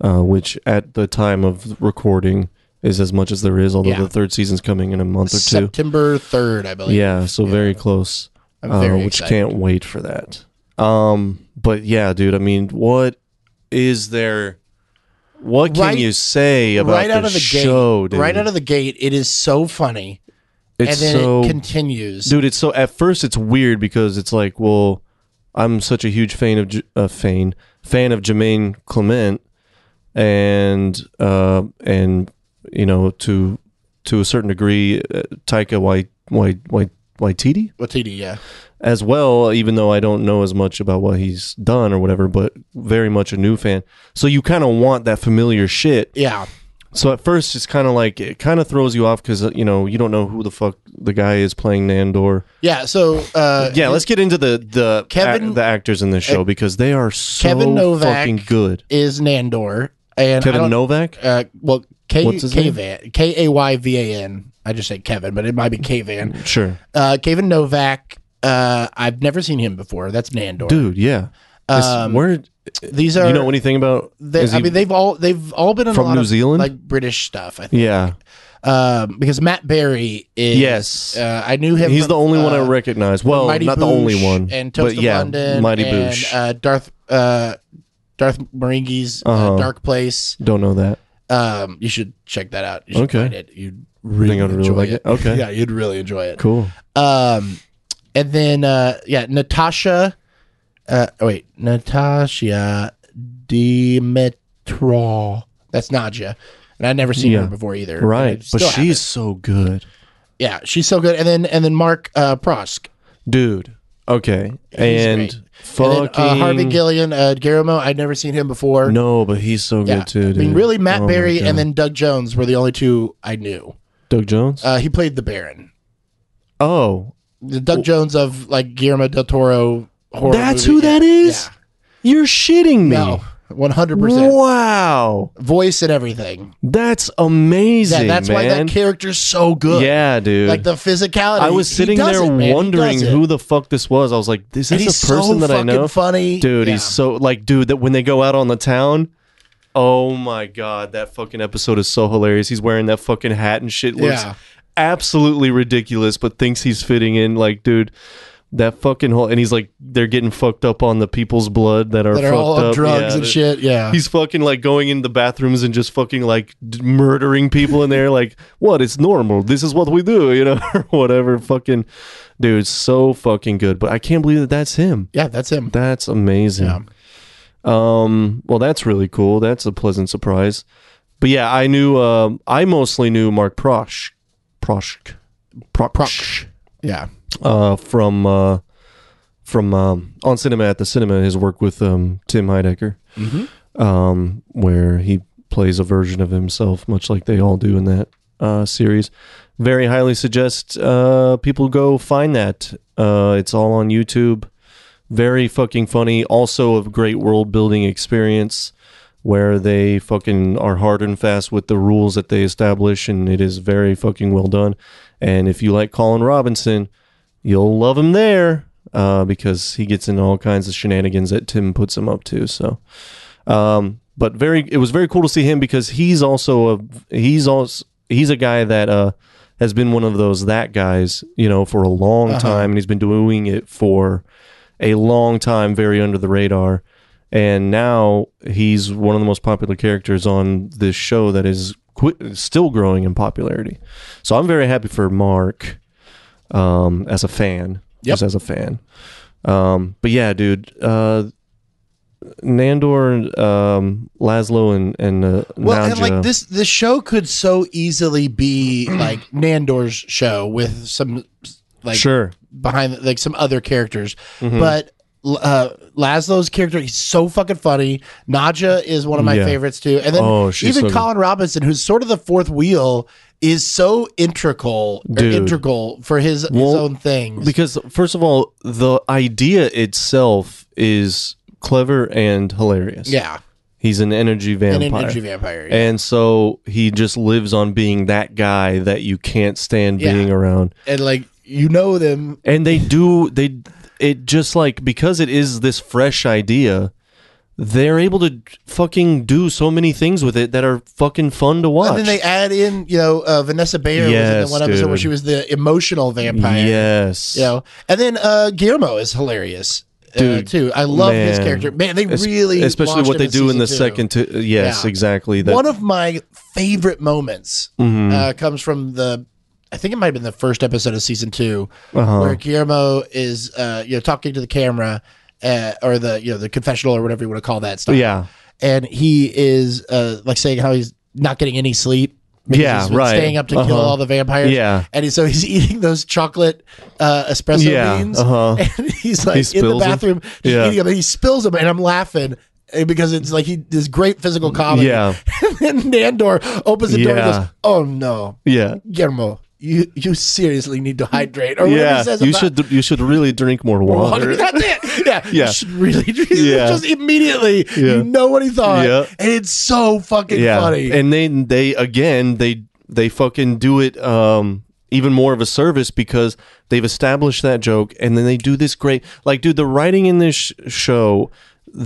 S1: uh, which at the time of recording is as much as there is. Although
S2: Yeah.
S1: the third season's coming in a month or two.
S2: September third, I believe.
S1: Yeah, so very close.
S2: I'm very
S1: uh, which
S2: excited.
S1: can't wait for that. Um, but yeah, dude. I mean, what is there? What can
S2: Right-
S1: you say about
S2: Right out
S1: this
S2: of the
S1: show,
S2: gate,
S1: dude?
S2: right out of the gate, it is so funny,
S1: it's
S2: and then
S1: so
S2: it continues.
S1: dude. It's so at first it's weird because it's like, well, I'm such a huge fan of J- uh, fan fan of Jermaine Clement, and uh, and you know to to a certain degree, uh, Taika Wai Wai Wai Waititi.
S2: What's he do? Yeah,
S1: as well, even though I don't know as much about what he's done or whatever, but very much a new fan. So you kind of want that familiar shit.
S2: yeah,
S1: So at first, it's kind of like it kind of throws you off because you know you don't know who the fuck the guy is playing Nandor.
S2: yeah. So uh,
S1: Yeah, let's get into the the
S2: Kevin- Uh,
S1: ac- the actors in this show because they are so
S2: Kevin Novak
S1: fucking good.
S2: is Nandor, and I
S1: Kevin
S2: don't-
S1: Novak.
S2: Uh, well, K
S1: What's his
S2: K
S1: name?
S2: Van K A Y V A N. I just say Kevin, but it might be K Van.
S1: Sure,
S2: Uh, Kevin Novak. Uh, I've never seen him before. That's Nandor.
S1: dude. Yeah, It's- where
S2: These
S1: do
S2: are.
S1: you know anything about?
S2: um, they,
S1: is
S2: I
S1: he-
S2: mean, they've all they've all been in
S1: From
S2: a lot
S1: New
S2: of,
S1: Zealand?
S2: like British stuff. I think.
S1: yeah,
S2: Um, because Matt Berry is.
S1: Yes.
S2: Uh, I knew him.
S1: he's
S2: from,
S1: the only one I
S2: uh,
S1: recognize. Well,
S2: Mighty
S1: not the only
S2: Boosh
S1: one,
S2: And Toast
S1: but
S2: of
S1: yeah,
S2: London.
S1: Mighty
S2: and,
S1: Boosh.
S2: Uh, Darth. Uh, Darth Marenghi's uh,
S1: Uh-huh.
S2: Dark Place.
S1: don't know that.
S2: Um, you should check that out. You should
S1: Okay.
S2: find it. You'd really
S1: Think I'd really
S2: enjoy
S1: like
S2: it.
S1: it? Okay.
S2: yeah, you'd really enjoy it.
S1: Cool.
S2: Um, and then uh, yeah, Natasha. Uh, oh, wait, Natasha Dimitro. That's Nadia, and I'd never seen
S1: Yeah.
S2: her before either.
S1: Right,
S2: I
S1: but
S2: still
S1: she's so good,
S2: haven't. yeah, she's so good. And then and then Mark uh, Prosk.
S1: dude. Okay,
S2: great.
S1: and
S2: And
S1: fucking
S2: then, uh, Harvey Gillian, uh, Garamo. I'd never seen him before.
S1: No, but he's so
S2: yeah.
S1: good too.
S2: I mean,
S1: dude.
S2: really, Matt
S1: Oh my
S2: Berry
S1: God.
S2: and then Doug Jones were the only two I knew.
S1: Doug Jones.
S2: Uh, he played the Baron.
S1: oh,
S2: the Doug Jones of like Guillermo del Toro horror.
S1: That's who
S2: movie.
S1: that is? you're shitting me!
S2: Yeah. No, one hundred percent
S1: Wow,
S2: voice and everything.
S1: that's
S2: Yeah,
S1: amazing.
S2: that's why
S1: man.
S2: that character's so good.
S1: Yeah, dude.
S2: like the physicality.
S1: I was
S2: He
S1: sitting
S2: does
S1: there
S2: it, man. He
S1: wondering
S2: does it.
S1: who the fuck this was. I was like, this
S2: And
S1: is
S2: he's
S1: a person
S2: so
S1: that I
S2: fucking
S1: know.
S2: Funny
S1: Dude,
S2: Yeah.
S1: he's so like, dude, that when they go out on the town, oh my god, that fucking episode is so hilarious. He's wearing that fucking hat and shit looks
S2: Yeah.
S1: absolutely ridiculous, but thinks he's fitting in. Like, dude, that fucking whole and he's like they're getting fucked up on the people's blood that are
S2: that are
S1: fucked
S2: all on
S1: up.
S2: drugs
S1: Yeah,
S2: and
S1: that-
S2: shit. Yeah.
S1: He's fucking like going in the bathrooms and just fucking like d- murdering people in there. Like, what? It's normal. This is what we do, you know, or whatever. Fucking dude, so fucking good. But I can't believe that that's him.
S2: yeah, that's him.
S1: That's amazing.
S2: Yeah.
S1: Um, well, that's really cool. That's a pleasant surprise. But yeah, I knew. Um, I mostly knew Mark Prosh, Prosh, Prosh,
S2: Yeah.
S1: uh, from uh, from um, on cinema at the cinema. His work with um, Tim Heidecker, um, where he plays a version of himself, much like they all do in that uh, series. Very highly suggest uh, people go find that. Uh, it's all on YouTube. Very fucking funny. Also, a great world building experience where they fucking are hard and fast with the rules that they establish, and it is very fucking well done. And if you like Colin Robinson, you'll love him there uh, because he gets into all kinds of shenanigans that Tim puts him up to. So, um, but very, it was very cool to see him because he's also a he's also he's a guy that uh, has been one of those that guys you know for a long time, and he's been doing it for a long time, very under the radar. And now he's one of the most popular characters on this show that is qu- still growing in popularity. So I'm very happy for Mark um, as a fan, just as a fan. Um, but yeah, dude, uh, Nandor, um, Laszlo, and and uh,
S2: Well, and
S1: Nadja-
S2: like this, this show could so easily be like Nandor's show with some like
S1: sure,
S2: behind like some other characters,
S1: Mm-hmm.
S2: but uh, Laszlo's character he's so fucking funny. Naja is one of my
S1: Yeah.
S2: favorites too, and then
S1: Oh, she's so
S2: even
S1: good.
S2: Colin Robinson, who's sort of the fourth wheel, is so integral or
S1: Dude.
S2: integral for his, his
S1: Well,
S2: own things.
S1: because first of all, the idea itself is clever and hilarious.
S2: yeah,
S1: he's an energy
S2: an
S1: vampire.
S2: energy vampire. And,
S1: And so he just lives on being that guy that you can't stand
S2: Yeah.
S1: being around.
S2: like you know them,
S1: and they do they it just like because it is this fresh idea they're able to fucking do so many things with it that are fucking fun to watch
S2: and then they add in you know uh, Vanessa Bayer was in
S1: Yes,
S2: the one episode where
S1: dude.
S2: she was the emotional vampire.
S1: yes
S2: you know, and then uh, Guillermo is hilarious. uh,
S1: Dude,
S2: too. I love his
S1: man.
S2: character. Man, they
S1: Es-
S2: really
S1: especially
S2: launched
S1: what they
S2: him
S1: do in
S2: season
S1: the
S2: two.
S1: second to yes
S2: Yeah.
S1: exactly that Mm-hmm.
S2: One of my favorite moments uh, comes from the, I think it might have been the first episode of season 2
S1: Uh-huh.
S2: where Guillermo is, uh, you know, talking to the camera, uh, or the, you know, the confessional or whatever you want to call that stuff.
S1: yeah
S2: and he is, uh, like saying how he's not getting any sleep. because
S1: Yeah,
S2: he's been
S1: right.
S2: Staying up to
S1: Uh-huh.
S2: kill all the vampires.
S1: Yeah.
S2: and he, so he's eating those chocolate uh, espresso
S1: Yeah,
S2: beans,
S1: uh-huh.
S2: and he's like in the
S1: spills 'em.
S2: bathroom just
S1: Yeah.
S2: eating them, and he spills them, and I'm laughing eh, because it's like he this great physical comedy.
S1: Yeah.
S2: and Nandor opens the door and
S1: Yeah.
S2: goes, "Oh no,
S1: yeah
S2: Guillermo, you you seriously need to hydrate." Or whatever he
S1: yeah
S2: says
S1: you
S2: about-
S1: should you should really drink more water
S2: water. That's it. Yeah.
S1: Yeah.
S2: You should really
S1: Yeah.
S2: just immediately you
S1: Yeah.
S2: know what he thought.
S1: Yeah.
S2: And it's so fucking
S1: yeah
S2: funny.
S1: and then they again they they fucking do it um even more of a service because they've established that joke and then they do this great like dude the writing in this sh- show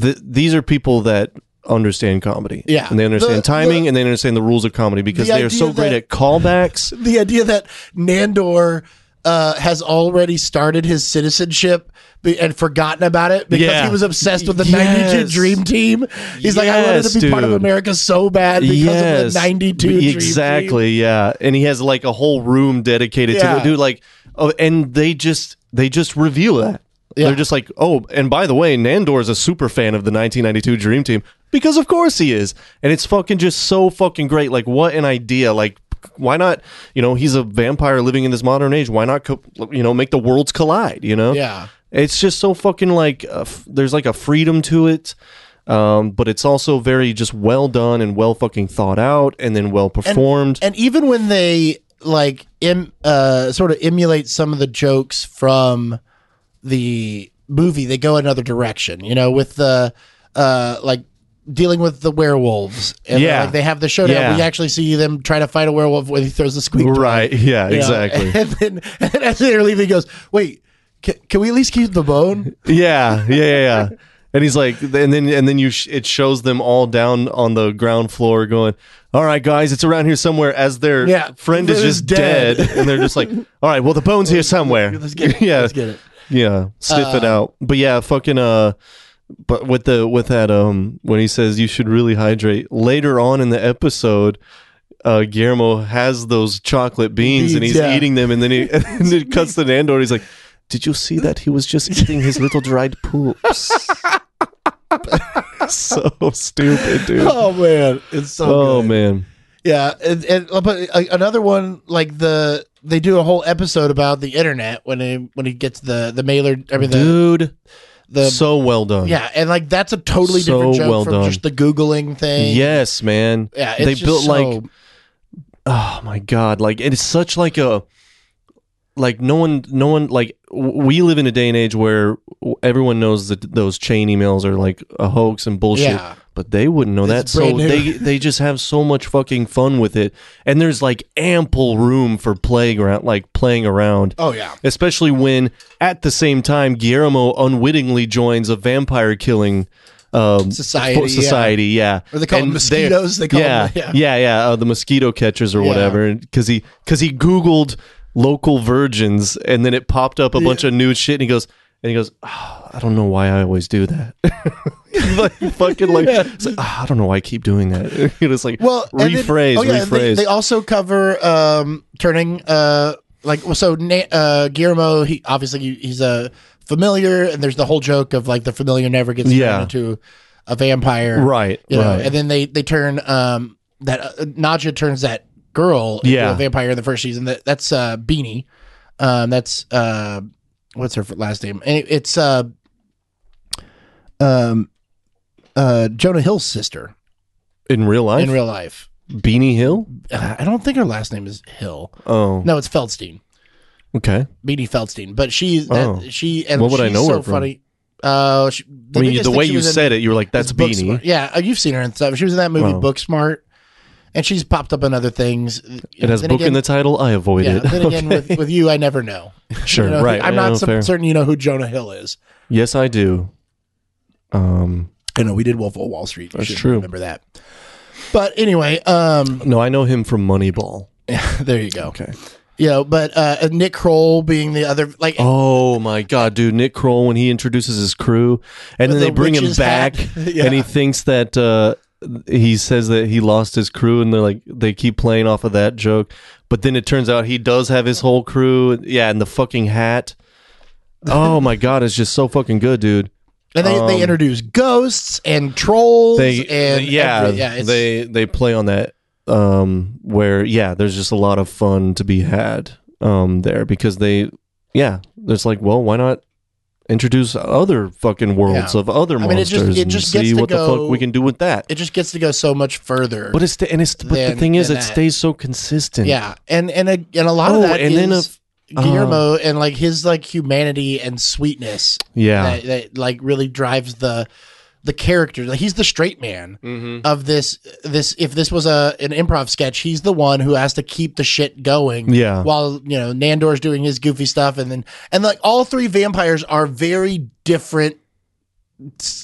S1: th- these are people that understand comedy
S2: Yeah.
S1: and they understand
S2: The-
S1: timing
S2: the-
S1: and they understand the rules of comedy because
S2: the
S1: they are
S2: idea
S1: so great
S2: that-
S1: at callbacks
S2: the idea that Nandor uh, has already started his citizenship be- and forgotten about it because
S1: Yeah.
S2: he was obsessed with the
S1: Yes.
S2: 92 Dream Team. He's like, I wanted to be
S1: Yes,
S2: part of
S1: dude.
S2: America so bad because of the 92
S1: B-
S2: Dream Team."
S1: exactly yeah and he has like a whole room dedicated to
S2: Yeah.
S1: the dude like oh and they just they just reveal that
S2: Yeah.
S1: they're just like oh and by the way nandor is a super fan of the 1992 dream team because of course he is and it's fucking just so fucking great like what an idea like why not you know he's a vampire living in this modern age why not co- you know make the worlds collide you know
S2: Yeah.
S1: it's just so fucking like uh, f- there's like a freedom to it um, but it's also very just well done and well fucking thought out and then well performed
S2: And even when they like em, uh, sort of emulate some of the jokes from the movie, they go another direction. You know, with the uh, like dealing with the werewolves. And
S1: Yeah.
S2: like, they have the showdown.
S1: Yeah.
S2: We actually see them try to fight a werewolf when he throws the squeak. toy,
S1: right yeah
S2: you know?
S1: exactly
S2: And then and as they're leaving, he goes, "Wait, can, can we at least keep the bone?"
S1: yeah yeah yeah, yeah. and he's like and then and then you sh- it shows them all down on the ground floor going all right guys it's around here somewhere as their
S2: Yeah,
S1: friend is
S2: friend is
S1: just
S2: dead.
S1: dead. and they're just like all right well the bone's here somewhere
S2: Let's get it.
S1: yeah
S2: Let's get it.
S1: yeah, sniff
S2: Uh,
S1: it out. But yeah, fucking uh but with the with that um when he says you should really hydrate later on in the episode uh, Guillermo has those chocolate beans, and
S2: Beans,
S1: he's
S2: yeah.
S1: eating them, and then he and it cuts to Nando, and he's like, "Did you see that? He was just eating his little dried poops." so stupid, dude. Oh,
S2: Oh man, it's so. good.
S1: man,
S2: Yeah, and, and but uh, another one like the they do a whole episode about the internet when he when he gets the the mailer. I mean the
S1: dude,
S2: the
S1: so well done.
S2: yeah, and like that's a totally
S1: So
S2: different joke
S1: well
S2: from
S1: done.
S2: just the googling thing.
S1: Yes, man.
S2: yeah, it's
S1: they
S2: just
S1: built
S2: so-
S1: like oh my god like it's such like a like no one no one like w- we live in a day and age where w- everyone knows that those chain emails are like a hoax and bullshit
S2: Yeah.
S1: but they wouldn't know that so
S2: brand new.
S1: they they just have so much fucking fun with it and there's like ample room for playing around like playing around
S2: oh yeah,
S1: especially when at the same time Guillermo unwittingly joins a vampire killing um,
S2: Society,
S1: fo- society, yeah.
S2: Or they call them
S1: they're-
S2: mosquitoes, they call
S1: yeah,
S2: them- yeah.
S1: yeah, yeah, uh, the mosquito catchers or
S2: Yeah.
S1: whatever, because he because he googled local virgins and then it popped up a bunch of new shit, and he goes. And he goes, "Ah, I don't know why I always do that. like fucking like, it's like, "Ah, I don't know why I keep doing that. it's like,
S2: well and then-
S1: rephrase,
S2: oh, yeah, and They,
S1: rephrase.
S2: they also cover um turning uh like well, so Na- uh Guillermo he obviously he- he's a familiar and there's the whole joke of like the familiar never gets
S1: Yeah.
S2: turned into a vampire
S1: right,
S2: you know,
S1: right.
S2: and then they they turn um that uh, Naja turns that girl
S1: Yeah.
S2: into a vampire in the first season. That that's uh Beanie, um that's uh what's her last name? And it- it's uh um uh Jonah Hill's sister
S1: in real life,
S2: in real life.
S1: Beanie Hill.
S2: Uh, I don't think her last name is Hill.
S1: Oh,
S2: No, it's Feldstein,
S1: okay.
S2: Beanie Feldstein. But she's that,
S1: Oh.
S2: she and
S1: What would I
S2: she's
S1: know
S2: so
S1: her from?
S2: funny. Uh, she, the
S1: I mean,
S2: biggest
S1: the
S2: thing
S1: way
S2: she
S1: you
S2: was in-
S1: said it, you were like, "That's
S2: It's Booksmart.
S1: Beanie."
S2: Yeah, uh, you've seen her and stuff. She was in that movie
S1: Wow.
S2: Booksmart, and she's popped up in other things.
S1: It has book in the title. I avoid
S2: Yeah,
S1: it.
S2: then again,
S1: Okay.
S2: with, with you, I never know.
S1: sure,
S2: You know,
S1: right.
S2: I'm
S1: yeah,
S2: not
S1: no,
S2: so-
S1: fair.
S2: certain you know who Jonah Hill is.
S1: Yes, I do. Um,
S2: I know we did Wolf of Wall Street. You
S1: That's
S2: should
S1: true.
S2: Remember that. But anyway, um,
S1: no, I know him from Moneyball.
S2: there you go. Okay. You know, but uh, Nick Kroll being the other, like,
S1: Oh my god, dude! Nick Kroll when he introduces his crew, and then
S2: The
S1: they bring him
S2: witch's
S1: back,
S2: hat. Yeah.
S1: and he thinks that uh, he says that he lost his crew, and they're like they keep playing off of that joke, but then it turns out he does have his whole crew. Yeah, and the fucking hat. Oh my god, it's just so fucking good, dude.
S2: and they, they introduce ghosts and trolls
S1: Um, they
S2: and
S1: yeah,
S2: every- yeah, it's,
S1: they they play on that um where yeah there's just a lot of fun to be had um there because they yeah there's like well why not introduce other fucking worlds
S2: Yeah.
S1: of other
S2: mean, it just-
S1: monsters
S2: it
S1: and
S2: just gets
S1: see
S2: to
S1: what the
S2: go-
S1: fuck we can do with that
S2: it just gets to go so much further.
S1: but it's and it's but the
S2: than-
S1: thing is
S2: than
S1: it
S2: that.
S1: stays so consistent
S2: Yeah, and and a, and a lot
S1: Oh,
S2: of that
S1: and
S2: and
S1: then uh-huh.
S2: Guillermo and like his like humanity and sweetness
S1: yeah
S2: that, that like really drives the the character. Like he's the straight man
S1: Mm-hmm.
S2: of this this. If this was a an improv sketch, he's the one who has to keep the shit going.
S1: Yeah.
S2: while you know Nandor's doing his goofy stuff, and then and like all three vampires are very different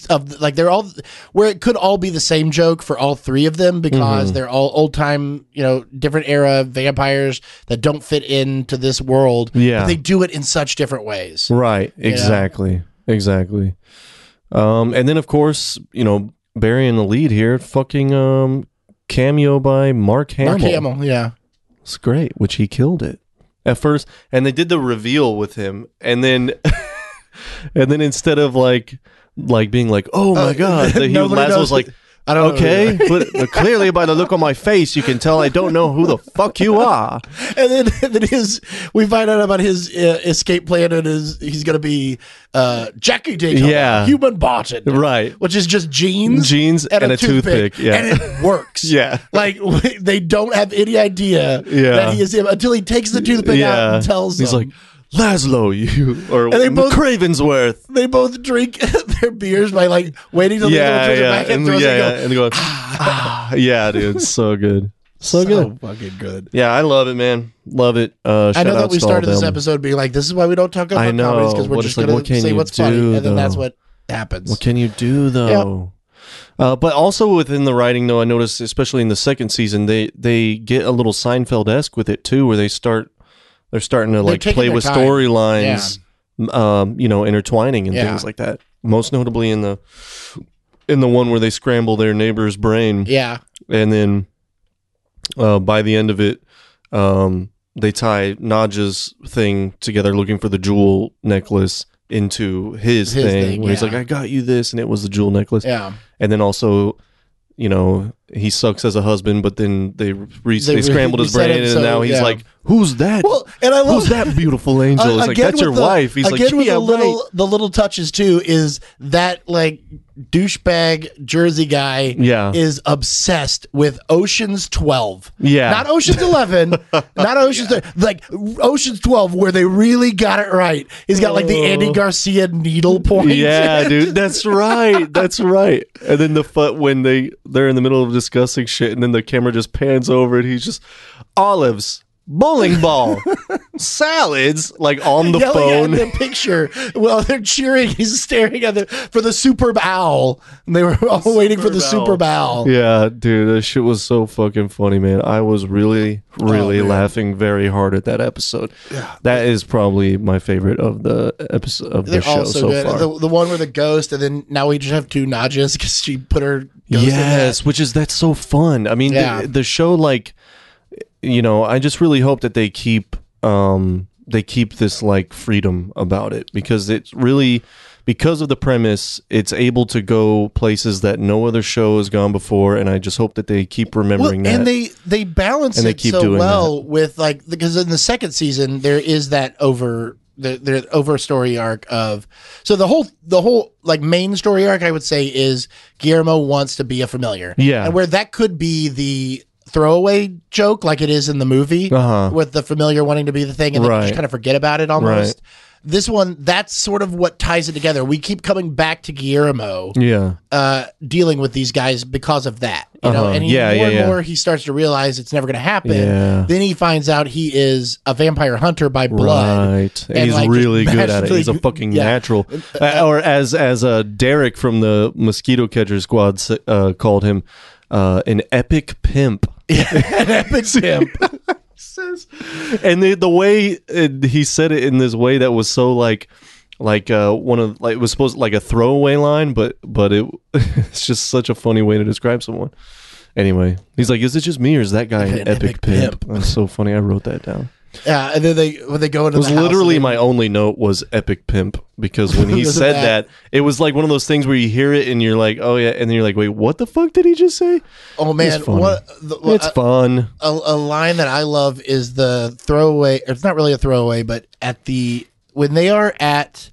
S2: of like they're all where it could all be the same joke for all three of them
S1: Mm-hmm.
S2: because they're all old time, you know, different era vampires that don't fit into this world.
S1: Yeah.
S2: But they do it in such different ways.
S1: Right. Exactly. Exactly. Um, and then of course, you know, burying the lead here, fucking um cameo by Mark Hamill.
S2: Mark Hamill, yeah.
S1: It's great, which he killed it. At first, and they did the reveal with him, and then and then instead of like like being like, "Oh my god," the, he
S2: Uh, nobody
S1: Lazo
S2: knows
S1: was like,
S2: I don't know who
S1: "Okay,
S2: you
S1: but but clearly by the look on my face, you can tell I don't know who the fuck you are."
S2: And then, and then his, we find out about his uh, escape plan and his, he's going to be uh, Jackie Daytona,
S1: Yeah.
S2: human Barton.
S1: Right.
S2: Which is just jeans.
S1: Jeans and a toothpick, yeah.
S2: And it works.
S1: Yeah.
S2: Like they don't have any idea
S1: Yeah.
S2: that he is him until he takes the toothpick out and tells
S1: He's
S2: them.
S1: like, "Laszlo, you or
S2: And they both-
S1: Cravensworth."
S2: they both drink their beers by like waiting till the
S1: yeah,
S2: other one
S1: yeah,
S2: yeah, back and,
S1: and,
S2: throws
S1: yeah,
S2: it
S1: yeah,
S2: and go,
S1: and they go, ah, yeah, dude, so good, so,
S2: so
S1: good.
S2: fucking good.
S1: Yeah, I love it, man, love it. Uh,
S2: I
S1: shout
S2: know that
S1: outs
S2: we
S1: to all
S2: started this
S1: them.
S2: episode being like, this is why we don't talk about
S1: I know,
S2: comedies because we're
S1: but
S2: just
S1: it's like,
S2: gonna
S1: what can
S2: say
S1: you
S2: what's funny,
S1: do,
S2: and then that's
S1: though?
S2: what happens.
S1: What can you do though? Uh, but also within the writing, though, I noticed, especially in the second season, they they get a little Seinfeld esque with it too, where they start they're starting to like
S2: taking
S1: play
S2: their
S1: with
S2: time.
S1: storylines um, you know, intertwining and
S2: Yeah.
S1: things like that. Most notably in the in the one where they scramble their neighbor's brain,
S2: Yeah.
S1: and then uh, by the end of it, um, they tie Naja's thing together, looking for the jewel necklace into his,
S2: His
S1: thing,
S2: thing,
S1: where he's
S2: yeah.
S1: like, "I got you this," and it was the jewel necklace.
S2: Yeah.
S1: And then also, you know, he sucks as a husband, but then they re-
S2: They
S1: they,
S2: re-
S1: scrambled his
S2: reset
S1: brain,
S2: him,
S1: and
S2: so,
S1: now he's
S2: yeah.
S1: like, "Who's that?"
S2: Well, and I love
S1: Who's that beautiful angel?
S2: Uh,
S1: It's like
S2: again
S1: that's
S2: with
S1: your
S2: the-
S1: wife. He's like,
S2: again with
S1: yeah,
S2: the little
S1: right.
S2: the little touches too is that like douchebag Jersey guy
S1: Yeah.
S2: is obsessed with Ocean's Twelve.
S1: Yeah.
S2: not Ocean's Eleven, not Ocean's like Ocean's Twelve, where they really got it right. He's got like the Andy Garcia needle point.
S1: Oh. Yeah, dude, that's right. That's right. And then the fu- when they they're in the middle of discussing shit, and then the camera just pans over, and he's just olives, bowling ball, salads, like on the
S2: yelling
S1: phone.
S2: at the picture while they're cheering. He's staring at the for the Super Bowl. And they were all waiting for the
S1: Super Bowl.
S2: Super Bowl.
S1: Yeah, dude, that shit was so fucking funny, man. I was really,
S2: Oh,
S1: really laughing very hard at that episode. That is probably my favorite of the episode of
S2: They're
S1: the
S2: all
S1: show
S2: so,
S1: so
S2: good.
S1: far.
S2: The, the one with the ghost, and then now we just have two Najas because she put her ghost
S1: yes, which is that's so fun. I mean,
S2: Yeah.
S1: the, the show, like, you know, I just really hope that they keep, um, they keep this like freedom about it because it's really because of the premise it's able to go places that no other show has gone before and i just hope that they keep
S2: in that.
S1: remembering
S2: Well,
S1: that
S2: and they they balance
S1: And they
S2: it
S1: keep
S2: so
S1: doing
S2: well with like because in the second season there is that over the their over story arc of so the whole the whole like main story arc I would say is Guillermo wants to be a familiar
S1: Yeah.
S2: and where that could be the throwaway joke like it is in the movie
S1: Uh-huh.
S2: with the familiar wanting to be the thing and then you just
S1: Right.
S2: kind of forget about it almost. This one, that's sort of what ties it together. We keep coming back to Guillermo
S1: yeah
S2: uh, dealing with these guys because of that, you know.
S1: Uh-huh.
S2: And he,
S1: Yeah,
S2: more
S1: yeah,
S2: and
S1: yeah.
S2: more, he starts to realize it's never going to happen.
S1: Yeah.
S2: Then he finds out he is a vampire hunter by blood.
S1: Right. And
S2: and,
S1: he's
S2: like,
S1: really
S2: just
S1: good at it. He's a
S2: magically-
S1: fucking
S2: yeah.
S1: natural. Uh, or as as uh, Derek from the Mosquito Catcher Squad s- uh, called him, uh, an epic pimp.
S2: Epic pimp.
S1: And the the way uh he said it in this way that was so like like uh, one of like it was supposed like a throwaway line, but but it it's just such a funny way to describe someone. Anyway, he's like, "Is it just me or is that guy an,
S2: An
S1: epic,
S2: epic
S1: pimp? That's so funny. I wrote that down.
S2: yeah, and then they when they go into
S1: It was
S2: the house and
S1: literally
S2: they-
S1: my only note was epic pimp because when he
S2: Because of
S1: said
S2: that.
S1: that. it was like one of those things where you hear it and you're like, oh yeah, and then you're like, wait, what the fuck did he just say?
S2: oh man,
S1: funny.
S2: what the,
S1: it's
S2: a,
S1: fun.
S2: a, a line that I love is the throwaway. It's not really a throwaway, but at the when they are at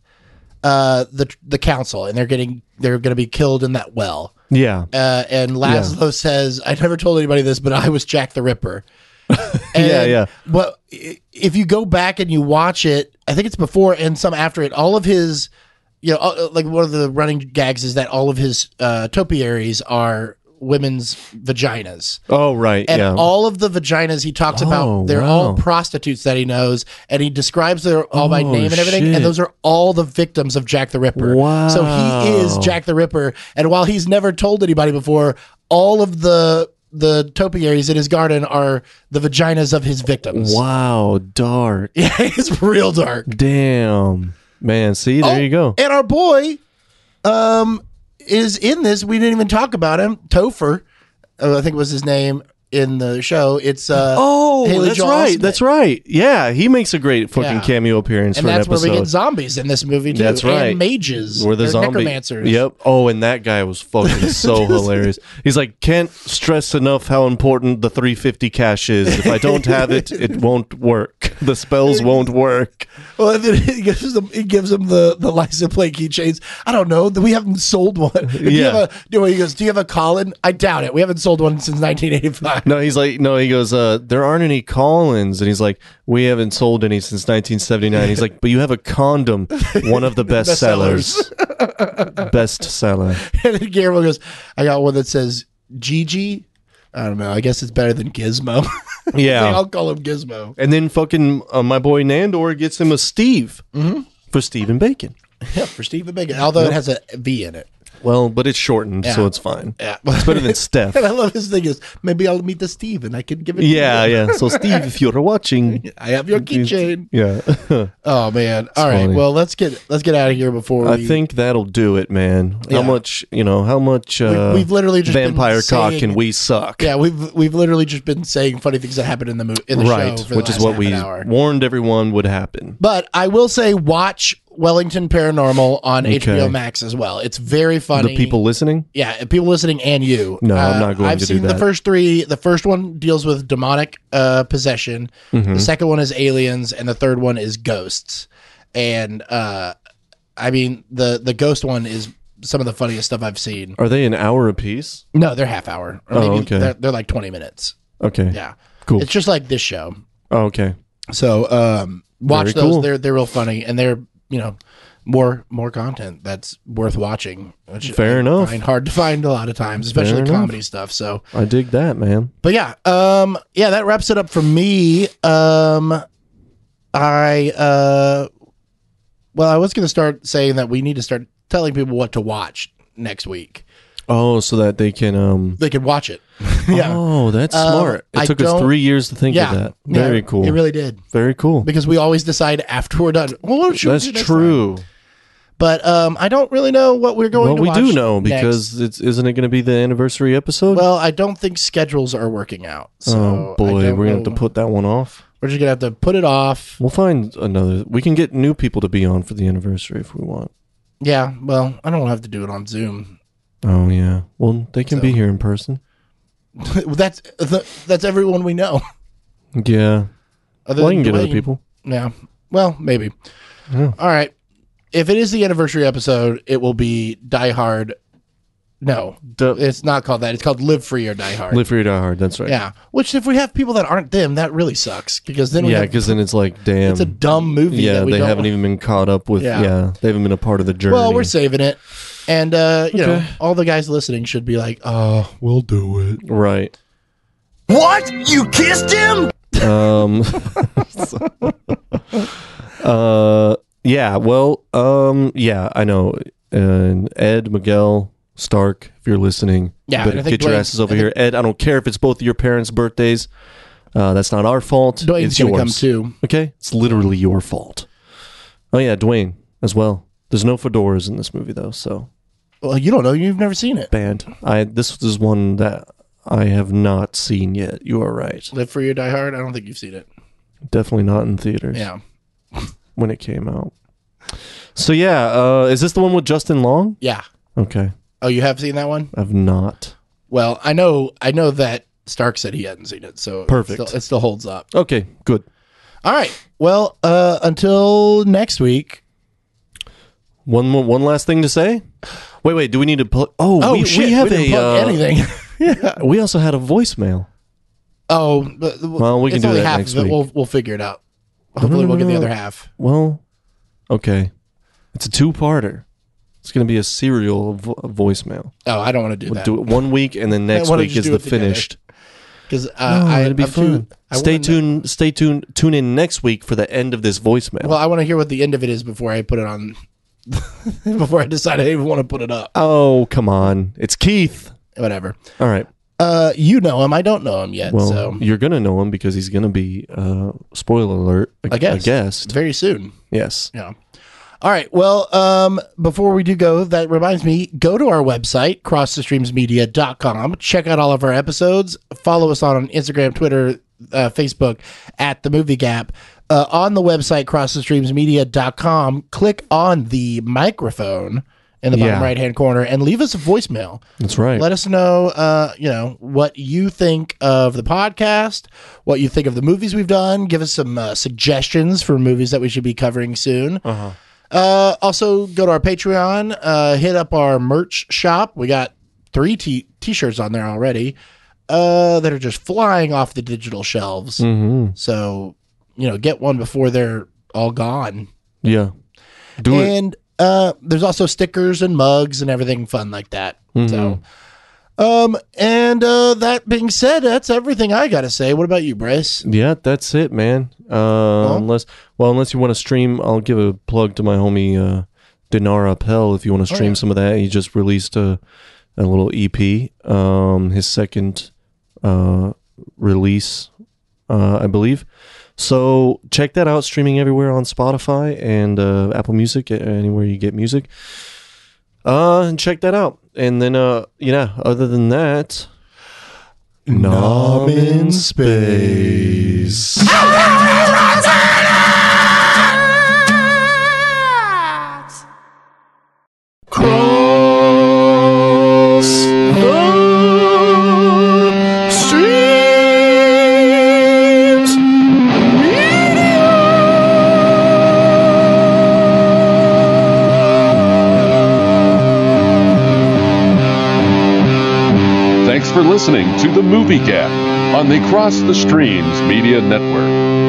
S2: uh, the the council and they're getting they're going to be killed in that well.
S1: Yeah,
S2: uh, and Laszlo says, "I never told anybody this, but I was Jack the Ripper."
S1: Yeah,
S2: And-
S1: yeah.
S2: But i- if you go back and you watch it, I think it's before and some after it. All of his, you know, all- like one of the running gags is that all of his uh, topiaries are women's vaginas,
S1: Oh right.
S2: and
S1: yeah.
S2: all of the vaginas he talks
S1: Oh,
S2: about, they're all
S1: wow.
S2: prostitutes that he knows, and he describes their all by
S1: Oh,
S2: name and everything,
S1: shit.
S2: and those are all the victims of Jack the Ripper. So he is
S1: Wow.
S2: Jack the Ripper, and while he's never told anybody before, all of the the topiaries in his garden are the vaginas of his victims.
S1: wow, dark.
S2: Yeah, it's real dark.
S1: Damn, man. See, there
S2: Oh,
S1: you go.
S2: And our boy, um, is in this. We didn't even talk about him. Topher, uh, I think was his name in the show. It's uh,
S1: Oh,
S2: Haley
S1: that's
S2: Joel
S1: right.
S2: Osment.
S1: That's right. Yeah, he makes a great fucking
S2: Yeah.
S1: cameo appearance
S2: and
S1: for
S2: that's
S1: an
S2: where we
S1: episode.
S2: get zombies in this movie too.
S1: That's right.
S2: And mages.
S1: We're the
S2: They're
S1: zombie
S2: necromancers.
S1: Yep. Oh, and that guy was fucking so hilarious. He's like, can't stress enough how important the 350 cash is. If I don't have it, it won't work. The spells won't work.
S2: Well, and then he gives them he gives them the the license plate keychains. I don't know. We haven't sold one. Do you
S1: Yeah.
S2: have a, do, he goes, "Do you have a Colin?" I doubt it. We haven't sold one since 1985.
S1: No, he's like, no, he goes, uh, there aren't any Collins. And he's like, we haven't sold any since 1979. He's like, but you have a condom, one of the best,
S2: Best
S1: sellers. best seller.
S2: And then Guillermo goes, "I got one that says Gigi." I don't know. I guess it's better than Gizmo.
S1: Yeah.
S2: I'll call him Gizmo.
S1: and then fucking uh, my boy Nandor gets
S2: Mm-hmm.
S1: him a Steve for Stephen Bacon.
S2: Yeah, for Stephen Bacon. Although it has a V in it.
S1: Well, but it's shortened, so
S2: Yeah.
S1: it's fine.
S2: Yeah.
S1: It's better than Steph.
S2: And I love his thing is maybe I'll meet the Steve and I can give it. to
S1: yeah,
S2: you.
S1: yeah. So Steve, if you're watching,
S2: I have your keychain.
S1: yeah,
S2: Oh man! All right.
S1: funny.
S2: Well, let's get let's get out of here before
S1: I
S2: we,
S1: think that'll do it, man.
S2: Yeah.
S1: How much, you know, how much uh,
S2: we've literally just been
S1: vampire cock
S2: saying-
S1: can we suck?
S2: Yeah, we've we've literally just been saying funny things that happened in the movie in the
S1: right,
S2: show, for the
S1: which is
S2: last
S1: what
S2: half
S1: we
S2: an hour.
S1: warned everyone would happen.
S2: But I will say, watch Wellington Paranormal on
S1: Okay.
S2: HBO Max as well. It's very funny.
S1: The people listening,
S2: yeah, people listening and you. Uh,
S1: No, I'm not going
S2: I've
S1: to do
S2: seen the
S1: that.
S2: first three. The first one deals with demonic uh, possession.
S1: Mm-hmm.
S2: The second one is aliens, and the third one is ghosts. And uh, I mean, the the ghost one is some of the funniest stuff I've seen.
S1: are they an hour apiece?
S2: No, they're half hour. Or
S1: Oh,
S2: maybe
S1: okay.
S2: They're, they're like twenty minutes.
S1: Okay,
S2: Yeah,
S1: Cool.
S2: It's just like this show.
S1: Oh, okay.
S2: So um,
S1: Very
S2: watch those.
S1: cool.
S2: They're they're real funny, and they're you know more more content that's worth watching. Which
S1: Fair
S2: I
S1: enough.
S2: Find hard to find a lot of times, especially
S1: enough.
S2: comedy stuff. So,
S1: I dig that, man.
S2: but yeah, um, yeah, that wraps it up for me. Um, I uh, well, I was gonna start saying that we need to start telling people what to watch next week.
S1: Oh, so that they can. um
S2: They can watch it. yeah.
S1: Oh, that's
S2: Um,
S1: smart. It
S2: I
S1: took us
S2: don't-
S1: three years to think
S2: yeah,
S1: of that.
S2: Yeah,
S1: Very cool.
S2: It really did
S1: Very cool.
S2: because we always decide after we're done. Well, what should we
S1: that's
S2: do next time?
S1: true.
S2: but um, I don't really know what we're going
S1: Well,
S2: to
S1: we do
S2: watch
S1: know
S2: next.
S1: because it's isn't it going to be the anniversary episode?
S2: well, I don't think schedules are working out. So
S1: oh boy,
S2: I
S1: we're
S2: don't
S1: gonna have to
S2: know.
S1: put that one off.
S2: We're just gonna have to put it off.
S1: We'll find another. We can get new people to be on for the anniversary if we want.
S2: Yeah. Well, I don't have to do it on Zoom.
S1: Oh yeah. Well, they can be
S2: So-
S1: here in person.
S2: that's the, that's everyone we know.
S1: Yeah.
S2: Other
S1: Well, I can get other
S2: Dwayne.
S1: people.
S2: Yeah. Well, maybe.
S1: Yeah.
S2: All right. If it is the anniversary episode, it will be Die Hard. No,
S1: Duh.
S2: it's not called that. It's called Live Free or Die Hard.
S1: Live free, die hard. That's right.
S2: yeah. Which, if we have people that aren't them, that really sucks because then we
S1: Yeah,
S2: have-
S1: because then it's like, damn.
S2: it's a dumb movie.
S1: yeah,
S2: that we
S1: they
S2: don't
S1: haven't even been caught up with.
S2: Yeah.
S1: Yeah. they haven't been a part of the journey.
S2: Well, we're saving it. And, uh, you know,
S1: Okay.
S2: all the guys listening should be like, oh, we'll do it.
S1: right.
S3: What? You kissed him?
S1: Um, uh, yeah. Well, um, yeah, I know. And Ed, Miguel, Stark, if you're listening, you
S2: Yeah, and I
S1: better
S2: think
S1: get your
S2: Dwayne-
S1: asses over
S2: I
S1: here. Ed, I don't care if it's both of your parents' birthdays. Uh, that's not our fault.
S2: Dwayne's
S1: it's
S2: going
S1: yours.
S2: to come too.
S1: Okay, it's literally your fault. Oh yeah, Dwayne as well. There's no fedoras in this movie though, so
S2: Well, you don't know. You've never seen it.
S1: banned. I this is one that I have not seen yet. You are right.
S2: Live Free or Die Hard? I don't think you've seen it.
S1: Definitely not in theaters.
S2: Yeah.
S1: when it came out. So yeah, uh, is this the one with Justin Long?
S2: Yeah.
S1: Okay,
S2: Oh, you have seen that one?
S1: I've not.
S2: Well, I know I know that Stark said he hadn't seen it, so it
S1: Perfect.
S2: still- it still holds up.
S1: Okay, good.
S2: All right. Well, uh, until next week.
S1: One more, one last thing to say. Wait, wait. Do we need to plug? Oh, we, we have
S2: didn't
S1: a.
S2: plug
S1: uh,
S2: anything.
S1: We also had a voicemail.
S2: oh, but,
S1: Well, we can
S2: it's
S1: do
S2: only
S1: that
S2: half
S1: next
S2: of it.
S1: week.
S2: We'll, we'll figure it out. Hopefully,
S1: no,
S2: we'll get
S1: no,
S2: the
S1: no.
S2: other half.
S1: Well, okay. It's a two-parter. It's going to be a serial vo- voicemail.
S2: Oh, I don't want to do
S1: We'll
S2: that.
S1: do it one week, and then next
S2: why don't
S1: week
S2: you
S1: is
S2: do
S1: the
S2: it together?
S1: finished.
S2: Because uh,
S1: Oh,
S2: I,
S1: it'd be
S2: I'm too-
S1: fun.
S2: I
S1: stay
S2: wanna know-
S1: tuned. Stay tuned. Tune in next week for the end of this voicemail.
S2: Well, I want to hear what the end of it is before I put it on. before I decide I even want to put it up.
S1: oh, come on! It's Keith.
S2: Whatever.
S1: All right.
S2: Uh, you know him. I don't know him yet.
S1: Well,
S2: so
S1: you're gonna know him because he's gonna be uh, spoiler alert. A,
S2: I guess.
S1: a guest.
S2: very soon.
S1: Yes.
S2: Yeah. All right. Well, um, before we do go, that reminds me, go to our website, crossthestreamsmedia.com. Check out all of our episodes. Follow us on Instagram, Twitter, uh, Facebook at The Movie Gap. Uh, on the website, crossthestreamsmedia.com, click on the microphone in the bottom
S1: Yeah.
S2: right hand corner and leave us a voicemail.
S1: That's right.
S2: Let us know, uh, you know, what you think of the podcast, what you think of the movies we've done. Give us some uh, suggestions for movies that we should be covering soon. Uh-huh. also, go to our Patreon, uh, hit up our merch shop. We got three t- t-shirts on there already uh, that are just flying off the digital shelves.
S1: hmm
S2: So, you know, get one before they're all gone.
S1: Yeah. Do it.
S2: and uh, there's also stickers and mugs and everything fun like that.
S1: Mm-hmm.
S2: So, um, and uh, that being said, that's everything I gotta say. What about you, Bryce?
S1: Yeah, that's it, man. Uh, Unless, well, unless you want to stream, I'll give a plug to my homie uh, Dinar Appel if you want to stream some of that. He just released a a little EP, um, his second uh, release, uh, I believe. So check that out. Streaming everywhere on Spotify and uh, Apple Music, a- anywhere you get music. Uh, and check that out. And then, uh, you know, other than that, Nom in space.
S7: Thanks for listening to The Movie Gap on the Cross the Streams Media Network.